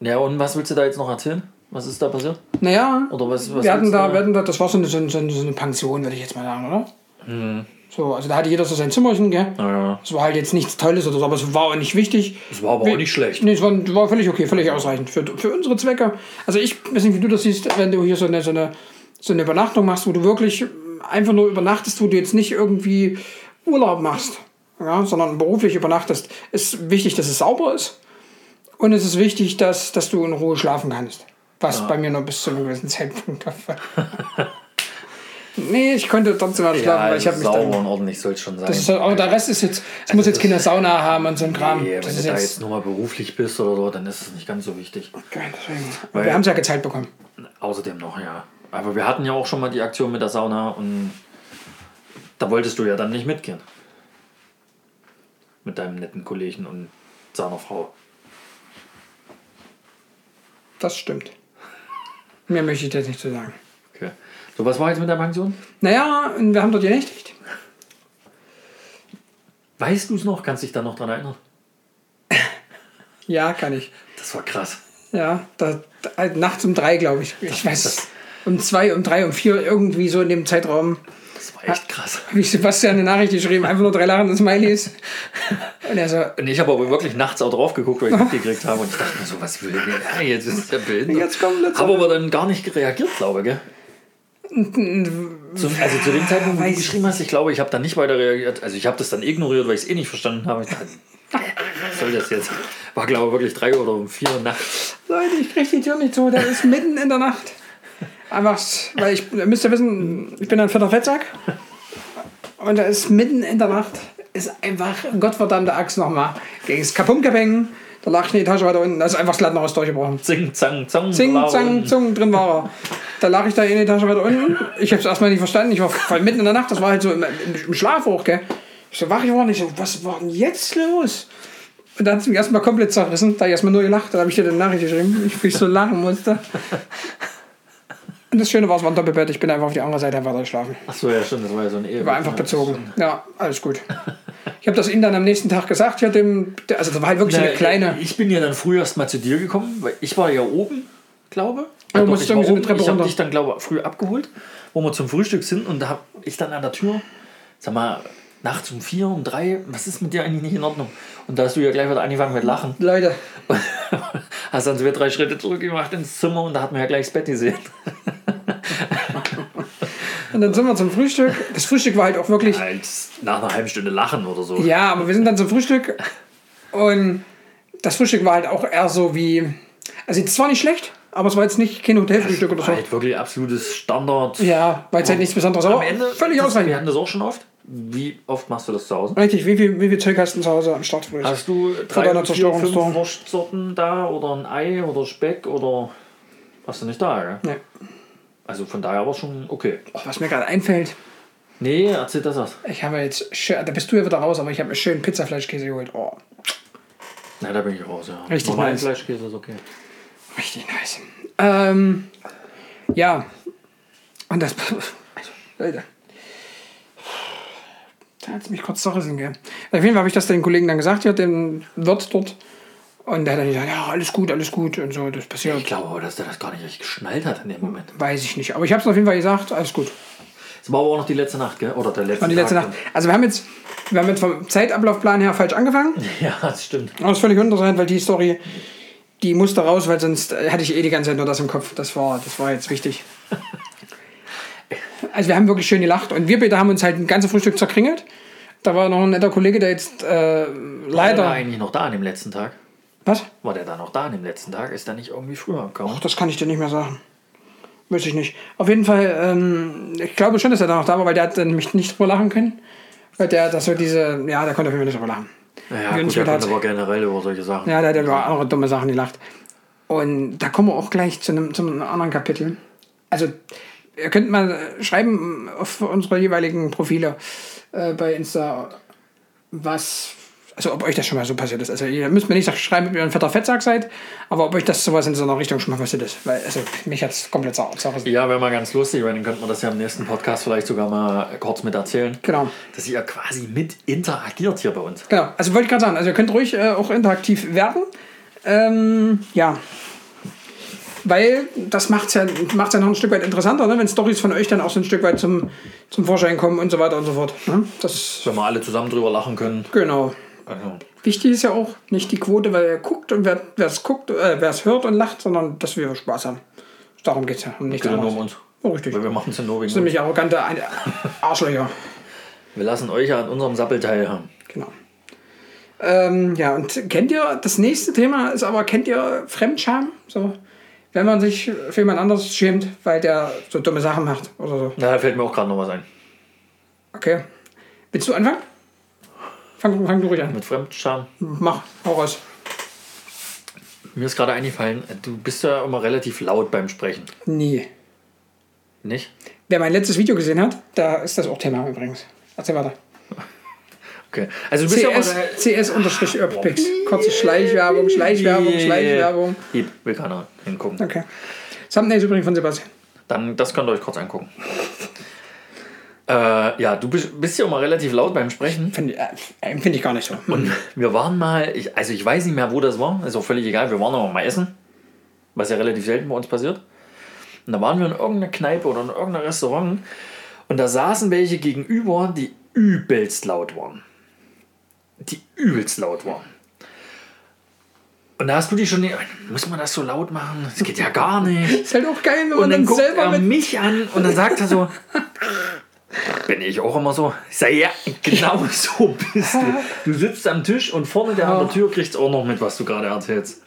[SPEAKER 2] Ja, und was willst du da jetzt noch erzählen? Was ist da passiert?
[SPEAKER 1] Naja,
[SPEAKER 2] Oder was, was
[SPEAKER 1] wir hatten,
[SPEAKER 2] willst
[SPEAKER 1] da,
[SPEAKER 2] du
[SPEAKER 1] wir hatten da, das war so eine, so eine, so eine- so eine Pension, würde ich jetzt mal sagen, oder?
[SPEAKER 2] Mhm.
[SPEAKER 1] So, also da hatte jeder so sein Zimmerchen, gell?
[SPEAKER 2] Naja.
[SPEAKER 1] Es war halt jetzt nichts Tolles oder so, aber es war auch nicht wichtig.
[SPEAKER 2] Es war aber
[SPEAKER 1] Wir-
[SPEAKER 2] auch nicht schlecht.
[SPEAKER 1] Nee, es war, war völlig okay, völlig ausreichend für, für unsere Zwecke. Also ich weiß nicht, wie du das siehst, wenn du hier so eine, so eine, so eine Übernachtung machst, wo du wirklich einfach nur übernachtest, wo du jetzt nicht irgendwie Urlaub machst, ja, sondern beruflich übernachtest, ist wichtig, dass es sauber ist. Und es ist wichtig, dass, dass du in Ruhe schlafen kannst. Was bei mir nur bis zu einem gewissen Zeitpunkt der Fall war.
[SPEAKER 2] *laughs*
[SPEAKER 1] Nee, ich konnte trotzdem mal schlafen,
[SPEAKER 2] Ja,
[SPEAKER 1] weil ich habe mich
[SPEAKER 2] sauber
[SPEAKER 1] dann...
[SPEAKER 2] und ordentlich soll es schon sein.
[SPEAKER 1] Das ist, aber der Rest ist jetzt, es muss jetzt
[SPEAKER 2] das-
[SPEAKER 1] keine Sauna haben und so ein Kram.
[SPEAKER 2] nee,
[SPEAKER 1] das
[SPEAKER 2] wenn du
[SPEAKER 1] ist
[SPEAKER 2] da
[SPEAKER 1] jetzt,
[SPEAKER 2] jetzt nur mal beruflich bist oder so, dann ist es nicht ganz so wichtig.
[SPEAKER 1] Geil, deswegen.
[SPEAKER 2] Weil-
[SPEAKER 1] wir haben es ja geteilt bekommen.
[SPEAKER 2] Außerdem noch, ja. Aber wir hatten ja auch schon mal die Aktion mit der Sauna und da wolltest du ja dann nicht mitgehen. Mit deinem netten Kollegen und seiner Frau.
[SPEAKER 1] Das stimmt. Mehr möchte ich jetzt nicht zu sagen.
[SPEAKER 2] Okay. So, was war jetzt mit der Pension?
[SPEAKER 1] Naja, und wir haben dort genächtigt.
[SPEAKER 2] Weißt du es noch? Kannst dich da noch dran erinnern?
[SPEAKER 1] Ja, kann ich.
[SPEAKER 2] Das war krass.
[SPEAKER 1] Ja, da, da, nachts um drei, glaube ich. Ich weiß es. Um zwei, um drei, um vier, irgendwie so in dem Zeitraum
[SPEAKER 2] Das war echt krass.
[SPEAKER 1] habe ich Sebastian eine Nachricht geschrieben, einfach nur drei lachende Smileys. Und er so,
[SPEAKER 2] Und ich habe aber wirklich nachts auch drauf geguckt, weil ich mitgekriegt habe. Und ich dachte mir so, was will der? Ja, jetzt ist der behindert.
[SPEAKER 1] Jetzt kommt letzter-
[SPEAKER 2] Habe aber dann gar nicht reagiert, glaube ich. Gell? Zu, also zu dem Zeitpunkt, wo du
[SPEAKER 1] Weiß-
[SPEAKER 2] geschrieben hast, ich glaube, ich habe da nicht weiter reagiert. Also ich habe das dann ignoriert, weil ich es eh nicht verstanden habe. Ich dachte, was soll das jetzt? War, glaube ich, wirklich drei oder um vier Uhr nachts.
[SPEAKER 1] Leute, ich krieg die Tür nicht zu, der ist mitten in der Nacht. Einfach, weil ich, ihr müsst ja wissen, ich bin ein vierter Fettsack. Und da ist mitten in der Nacht, ist einfach gottverdammte Axt nochmal gegen das Kapumkapeng. Da lag ich die Tasche weiter unten, da ist einfach das Lattenhaus durchgebrochen.
[SPEAKER 2] Zing, zang, zang.
[SPEAKER 1] Zing,
[SPEAKER 2] blau.
[SPEAKER 1] zang, zung, drin war er. Da lag ich da in die Tasche weiter unten. Ich hab's erstmal nicht verstanden, ich war voll mitten in der Nacht, das war halt so im, im, im Schlaf hoch, gell. Ich so wach geworden, ich so, was war denn jetzt los? Und dann hat es mich erstmal komplett zerrissen. Da hab ich erstmal nur gelacht. Dann habe ich dir eine Nachricht geschrieben, ich, wie ich so lachen musste. Und das Schöne war, es war ein Doppelbett. Ich bin einfach auf die andere Seite einfach geschlafen.
[SPEAKER 2] Ach so, ja, stimmt. Das war ja so ein Ehe.
[SPEAKER 1] War einfach bezogen. Ja, alles gut. Ich habe das ihm dann am nächsten Tag gesagt. Ich hatte ihm, also das war halt wirklich so eine kleine.
[SPEAKER 2] äh, Ich bin ja dann früh erst mal zu dir gekommen, weil ich war ja oben, glaube
[SPEAKER 1] Ja, du
[SPEAKER 2] Ja, doch,
[SPEAKER 1] musst
[SPEAKER 2] ich.
[SPEAKER 1] irgendwie
[SPEAKER 2] war
[SPEAKER 1] so eine
[SPEAKER 2] oben.
[SPEAKER 1] Treppe
[SPEAKER 2] Ich habe
[SPEAKER 1] runter.
[SPEAKER 2] dich dann, glaube ich, früh abgeholt, wo wir zum Frühstück sind und da habe ich dann an der Tür, sag mal, nachts um vier, um drei, was ist mit dir eigentlich nicht in Ordnung? Und da hast du ja gleich wieder angefangen mit Lachen. *laughs*
[SPEAKER 1] Leute,
[SPEAKER 2] Hast dann zwei, drei Schritte zurückgemacht ins Zimmer und da hat man ja gleich das Bett *laughs* gesehen.
[SPEAKER 1] und dann sind wir zum Frühstück. Das Frühstück war halt auch wirklich.
[SPEAKER 2] Als nach einer halben Stunde Lachen oder so.
[SPEAKER 1] Ja, aber wir sind dann zum Frühstück und das Frühstück war halt auch eher so wie. Also, es war nicht schlecht, aber es war jetzt nicht kein Hotelfrühstück oder
[SPEAKER 2] War
[SPEAKER 1] so.
[SPEAKER 2] halt wirklich absolutes Standard.
[SPEAKER 1] Ja, weil es halt nichts Besonderes war.
[SPEAKER 2] Am Ende,
[SPEAKER 1] Völlig
[SPEAKER 2] das- Wir
[SPEAKER 1] ausreichend.
[SPEAKER 2] hatten das auch schon oft. Wie oft machst du das zu Hause?
[SPEAKER 1] Richtig, wie viel, wie viel Zeug hast du zu Hause am Start für dich?
[SPEAKER 2] Hast du drei,
[SPEAKER 1] deiner
[SPEAKER 2] vier, fünf
[SPEAKER 1] Zerstörungsdrohung.
[SPEAKER 2] Wurstsorten da oder ein Ei oder Speck oder hast du nicht da, gell?
[SPEAKER 1] Nee.
[SPEAKER 2] Also von daher war schon okay.
[SPEAKER 1] Oh, was mir gerade einfällt,
[SPEAKER 2] Nee, erzähl das erst.
[SPEAKER 1] ich habe jetzt schön, da bist du ja wieder raus, aber ich habe mir schön Pizzafleischkäse geholt. Oh,
[SPEAKER 2] Na, da bin ich raus, ja.
[SPEAKER 1] Richtig
[SPEAKER 2] Normalen
[SPEAKER 1] nice.
[SPEAKER 2] Fleischkäse ist okay.
[SPEAKER 1] richtig nice. Ähm, ja. Und das. *laughs* Leute. Da hat es mich kurz zerrissen, gell? Auf jeden Fall habe ich das den Kollegen dann gesagt, ja, dem Wirt dort. Und der hat dann gesagt, ja, alles gut, alles gut und so, das
[SPEAKER 2] Ich
[SPEAKER 1] passiert.
[SPEAKER 2] glaube aber, dass der das gar nicht richtig geschnallt hat in dem Moment.
[SPEAKER 1] Weiß ich nicht. Aber ich habe es auf jeden Fall gesagt, alles gut.
[SPEAKER 2] Es war aber auch noch die letzte Nacht, gell? Oder der letzte
[SPEAKER 1] War die letzte
[SPEAKER 2] Tag.
[SPEAKER 1] Nacht. Also wir haben jetzt, wir haben jetzt vom Zeitablaufplan her falsch angefangen.
[SPEAKER 2] *laughs* Ja, das stimmt.
[SPEAKER 1] Aber das ist völlig uninteressant, weil die Story, die musste raus, weil sonst äh, hatte ich eh die ganze Zeit nur das im Kopf. Das war, das war jetzt wichtig. Also wir haben wirklich schön gelacht und wir beide haben uns halt ein ganzes Frühstück zerkringelt. Da war noch ein netter Kollege, der jetzt äh,
[SPEAKER 2] War der
[SPEAKER 1] leider...
[SPEAKER 2] eigentlich noch da an dem letzten Tag?
[SPEAKER 1] Was?
[SPEAKER 2] War der da noch da an dem letzten Tag? Ist der nicht irgendwie früher gekommen?
[SPEAKER 1] Ach, das kann ich dir nicht mehr sagen. Weiß ich nicht. Auf jeden Fall, ähm, ich glaube schon, dass er da noch da war, weil der hat dann nämlich nicht drüber lachen können. Weil der, das so diese, ja, der konnte auf jeden Fall nicht drüber lachen.
[SPEAKER 2] Ja,
[SPEAKER 1] Jürgen
[SPEAKER 2] gut, der
[SPEAKER 1] Schmidt
[SPEAKER 2] konnte
[SPEAKER 1] hat-
[SPEAKER 2] aber generell über solche Sachen.
[SPEAKER 1] Ja, da hat er über andere dumme Sachen gelacht. Und da kommen wir auch gleich zu einem, zu einem anderen Kapitel. Also, ihr könnt mal äh, schreiben auf unsere jeweiligen Profile äh, bei Insta, was, also ob euch das schon mal so passiert ist. Also, ihr müsst mir nicht schreiben, ob ihr ein fetter Fettsack seid, aber ob euch das sowas in so einer Richtung schon mal passiert ist. Weil, also, mich hat es komplett zer- zerrissen.
[SPEAKER 2] Ja, wäre mal ganz lustig, weil dann könnte man das ja im nächsten Podcast vielleicht sogar mal kurz mit erzählen.
[SPEAKER 1] Genau.
[SPEAKER 2] Dass ihr ja quasi mit interagiert hier bei uns.
[SPEAKER 1] Genau, also wollte ich gerade sagen, also ihr könnt ruhig äh, auch interaktiv werden. Ähm, ja. Weil das macht es ja, macht's ja noch ein Stück weit interessanter, ne? wenn Stories von euch dann auch so ein Stück weit zum, zum Vorschein kommen und so weiter und so fort. Ne? Das,
[SPEAKER 2] Wenn wir alle zusammen drüber lachen können.
[SPEAKER 1] genau.
[SPEAKER 2] Also,
[SPEAKER 1] Wichtig ist ja auch nicht die Quote, weil wer guckt und wer es guckt, äh, wer es hört und lacht, sondern dass wir Spaß haben. Darum geht es ja. Um nichts
[SPEAKER 2] geht ja nur
[SPEAKER 1] anderes.
[SPEAKER 2] um uns.
[SPEAKER 1] Oh, richtig.
[SPEAKER 2] Weil wir
[SPEAKER 1] Das
[SPEAKER 2] machen es in Norwegen.
[SPEAKER 1] sind nämlich arrogante Ein- Arschlöcher.
[SPEAKER 2] Wir lassen euch ja an unserem Sappel teilhaben.
[SPEAKER 1] Genau. Ähm, ja, und kennt ihr, das nächste Thema ist aber, kennt ihr Fremdscham? So, wenn man sich für jemand anderes schämt, weil der so dumme Sachen macht oder so.
[SPEAKER 2] Na, da fällt mir auch gerade noch was ein.
[SPEAKER 1] Okay. Willst du anfangen? Fang, fang du ruhig an.
[SPEAKER 2] Mit Fremdscham.
[SPEAKER 1] Mach, hau raus.
[SPEAKER 2] Mir ist gerade eingefallen, du bist ja immer relativ laut beim Sprechen.
[SPEAKER 1] Nie.
[SPEAKER 2] Nicht?
[SPEAKER 1] Wer mein letztes Video gesehen hat, da ist das auch Thema übrigens. Erzähl weiter.
[SPEAKER 2] Okay. Also du bist ja Ah,
[SPEAKER 1] CS,
[SPEAKER 2] mal der-
[SPEAKER 1] CS-Urpix. Kurze Schleichwerbung, Schleichwerbung, Schleichwerbung.
[SPEAKER 2] Hier, will keiner hingucken.
[SPEAKER 1] Okay. Thumbnail ist übrigens von Sebastian.
[SPEAKER 2] Dann, das könnt ihr euch kurz angucken. äh, ja, du bist, bist ja auch mal relativ laut beim Sprechen.
[SPEAKER 1] Finde äh, finde ich gar nicht so.
[SPEAKER 2] Und *laughs* wir waren mal, ich, also ich weiß nicht mehr, wo das war, ist auch völlig egal, wir waren aber mal essen, was ja relativ selten bei uns passiert. Und da waren wir in irgendeiner Kneipe oder in irgendeinem Restaurant und da saßen welche gegenüber, die übelst laut waren. Die übelst laut waren. Und da hast du dich schon, muss man das so laut machen? Das geht ja gar nicht.
[SPEAKER 1] Ist halt auch geil, wenn man
[SPEAKER 2] Und dann
[SPEAKER 1] dann
[SPEAKER 2] guckt
[SPEAKER 1] selber
[SPEAKER 2] er
[SPEAKER 1] mit.
[SPEAKER 2] mich an und dann sagt er *laughs* so, bin ich auch immer so. Ich sage, ja, genau so bist du. Du sitzt am Tisch und vorne der an der Tür kriegst auch noch mit, was du gerade erzählst.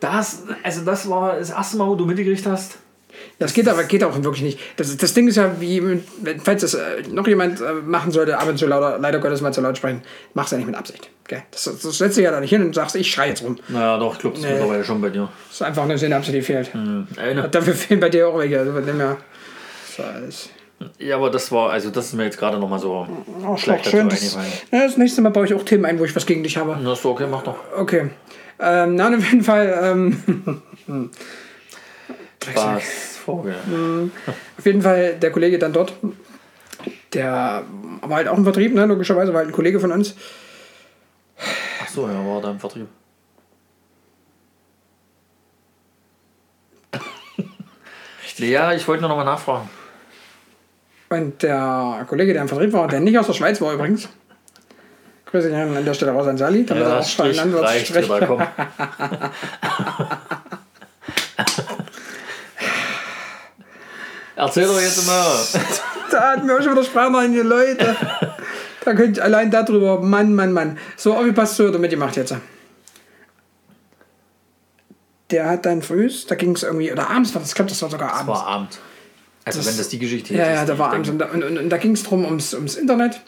[SPEAKER 2] Das, also das war das erste Mal, wo du mitgekriegt hast.
[SPEAKER 1] Das geht aber geht auch wirklich nicht. Das, das Ding ist ja, wie, wenn- falls das äh, noch jemand äh, machen sollte, ab und zu lauter, leider Gottes mal zu laut sprechen, mach's ja nicht mit Absicht. Okay? Das, das setzt dich ja da nicht hin und sagst, ich schreie jetzt rum.
[SPEAKER 2] Naja, doch, ich glaube, das ist mittlerweile schon bei dir.
[SPEAKER 1] Das ist einfach eine Sinn, Absicht, die fehlt.
[SPEAKER 2] Eine,
[SPEAKER 1] Dafür fehlen bei dir auch welche. Also von dem her. Das war alles.
[SPEAKER 2] ja, aber das war, also das ist mir jetzt gerade nochmal so
[SPEAKER 1] Auch
[SPEAKER 2] schlecht dazu
[SPEAKER 1] Oh, schön. Das,
[SPEAKER 2] eingefallen.
[SPEAKER 1] ja, das nächste Mal baue ich auch Themen ein, wo ich was gegen dich habe.
[SPEAKER 2] Na, ist doch okay, mach doch.
[SPEAKER 1] Okay. Ähm, nein, auf jeden Fall. Ähm, *laughs*
[SPEAKER 2] Spaß. Vogel.
[SPEAKER 1] Auf jeden Fall der Kollege dann dort, der war halt auch im Vertrieb, ne? logischerweise war halt ein Kollege von uns.
[SPEAKER 2] Ach so, ja, war da im Vertrieb. Ja, ich wollte nur nochmal nachfragen.
[SPEAKER 1] Und der Kollege, der im Vertrieb war, der nicht aus der Schweiz war übrigens. Grüße gerne an der Stelle raus an Sali. Damit er
[SPEAKER 2] Ja,
[SPEAKER 1] auch
[SPEAKER 2] Strich
[SPEAKER 1] schon
[SPEAKER 2] reicht
[SPEAKER 1] Landwirtsstrich- *laughs*
[SPEAKER 2] wieder, komm. Erzähl doch jetzt mal.
[SPEAKER 1] *laughs* Da hatten wir auch schon wieder Sprachnachrichten, die Leute. Da könnt ihr allein darüber, Mann, Mann, Mann. So, Obi Pasteur damit gemacht jetzt. Der hat dann früh, da ging es irgendwie, oder abends war das, ich glaube, das war sogar abends.
[SPEAKER 2] War Abend. Also
[SPEAKER 1] Das-
[SPEAKER 2] wenn das die Geschichte
[SPEAKER 1] ja, ja,
[SPEAKER 2] ist,
[SPEAKER 1] da
[SPEAKER 2] ich
[SPEAKER 1] war abends.
[SPEAKER 2] denke-
[SPEAKER 1] Und da, und, und, und da ging es drum ums, ums Internet.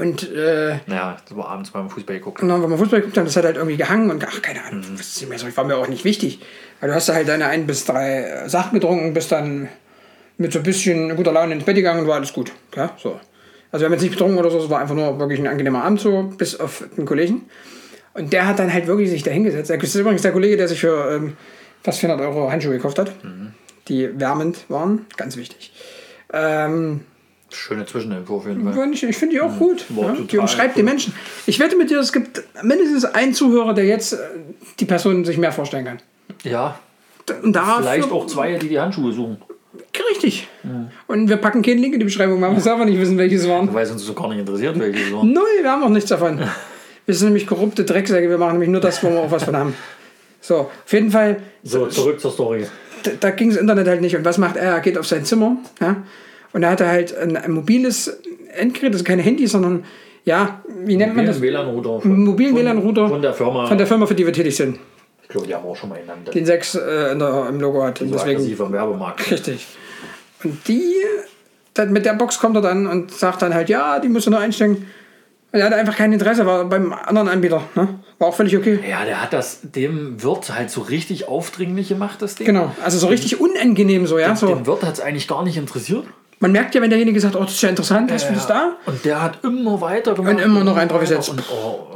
[SPEAKER 1] Und äh,
[SPEAKER 2] Ja, das war abends beim Fußball geguckt.
[SPEAKER 1] Und dann, wenn man Fußball geguckt hat, das hat halt irgendwie gehangen und ach, keine Ahnung, das ist nicht mehr so, ich war mir auch nicht wichtig. Weil du hast da halt deine ein bis drei äh, Sachen getrunken, bist dann mit so ein bisschen guter Laune ins Bett gegangen und war alles gut. Ja, so. Also wir haben jetzt nicht betrunken oder so, es war einfach nur wirklich ein angenehmer Abend so, bis auf den Kollegen. Und der hat dann halt wirklich sich da hingesetzt. Das ist übrigens der Kollege, der sich für ähm, fast 400 Euro Handschuhe gekauft hat, die wärmend waren, ganz wichtig. Ähm,
[SPEAKER 2] Schöne Zwischeninfo auf jeden Fall.
[SPEAKER 1] Fand Ich, ich finde die auch gut.
[SPEAKER 2] War
[SPEAKER 1] Ja? Die
[SPEAKER 2] Mhm. total
[SPEAKER 1] umschreibt die Menschen. Ich wette mit dir, es gibt mindestens einen Zuhörer, der jetzt äh, die Person sich mehr vorstellen kann.
[SPEAKER 2] Ja,
[SPEAKER 1] D- Und darauf
[SPEAKER 2] vielleicht auch zwei, die die Handschuhe suchen.
[SPEAKER 1] Richtig. Und wir packen keinen Link in die Beschreibung, weil wir selber nicht wissen, welche es
[SPEAKER 2] *laughs*
[SPEAKER 1] waren.
[SPEAKER 2] Weil es uns so gar nicht interessiert, welche es waren.
[SPEAKER 1] Null, wir haben auch nichts davon. Wir sind nämlich korrupte Drecksäcke, wir machen nämlich nur das, wo wir auch was von haben. So, auf jeden Fall
[SPEAKER 2] So, zurück zur Story.
[SPEAKER 1] da, da ging das Internet halt nicht. Und was macht er? Er geht auf sein Zimmer. Ja? Und da hat er halt ein, ein mobiles Endgerät, also kein Handy, sondern ja, wie nennt man das?
[SPEAKER 2] WLAN-Router.
[SPEAKER 1] Mobilen
[SPEAKER 2] von-
[SPEAKER 1] WLAN-Router
[SPEAKER 2] Von der Firma.
[SPEAKER 1] Von der Firma, für die wir tätig sind.
[SPEAKER 2] ich glaube, die haben auch schon mal genannt.
[SPEAKER 1] Den 6 äh, in der, im Logo hat. Und
[SPEAKER 2] So
[SPEAKER 1] deswegen.
[SPEAKER 2] aggressiv am Werbemarkt.
[SPEAKER 1] Richtig. Und die, dann mit der Box kommt er dann und sagt dann halt, ja, die musst du nur einstecken. Und er hatte einfach kein Interesse, war beim anderen Anbieter. Ne? War auch völlig okay.
[SPEAKER 2] Ja, der hat das dem Wirt halt so richtig aufdringlich gemacht, das Ding.
[SPEAKER 1] Genau, also so richtig unangenehm so, ja. So.
[SPEAKER 2] Dem Wirt hat es eigentlich gar nicht interessiert.
[SPEAKER 1] Man merkt ja, wenn derjenige sagt, oh, das ist ja interessant, hast du das da?
[SPEAKER 2] Und der hat immer weiter gemacht.
[SPEAKER 1] Und immer noch einen draufgesetzt.
[SPEAKER 2] Und, oh,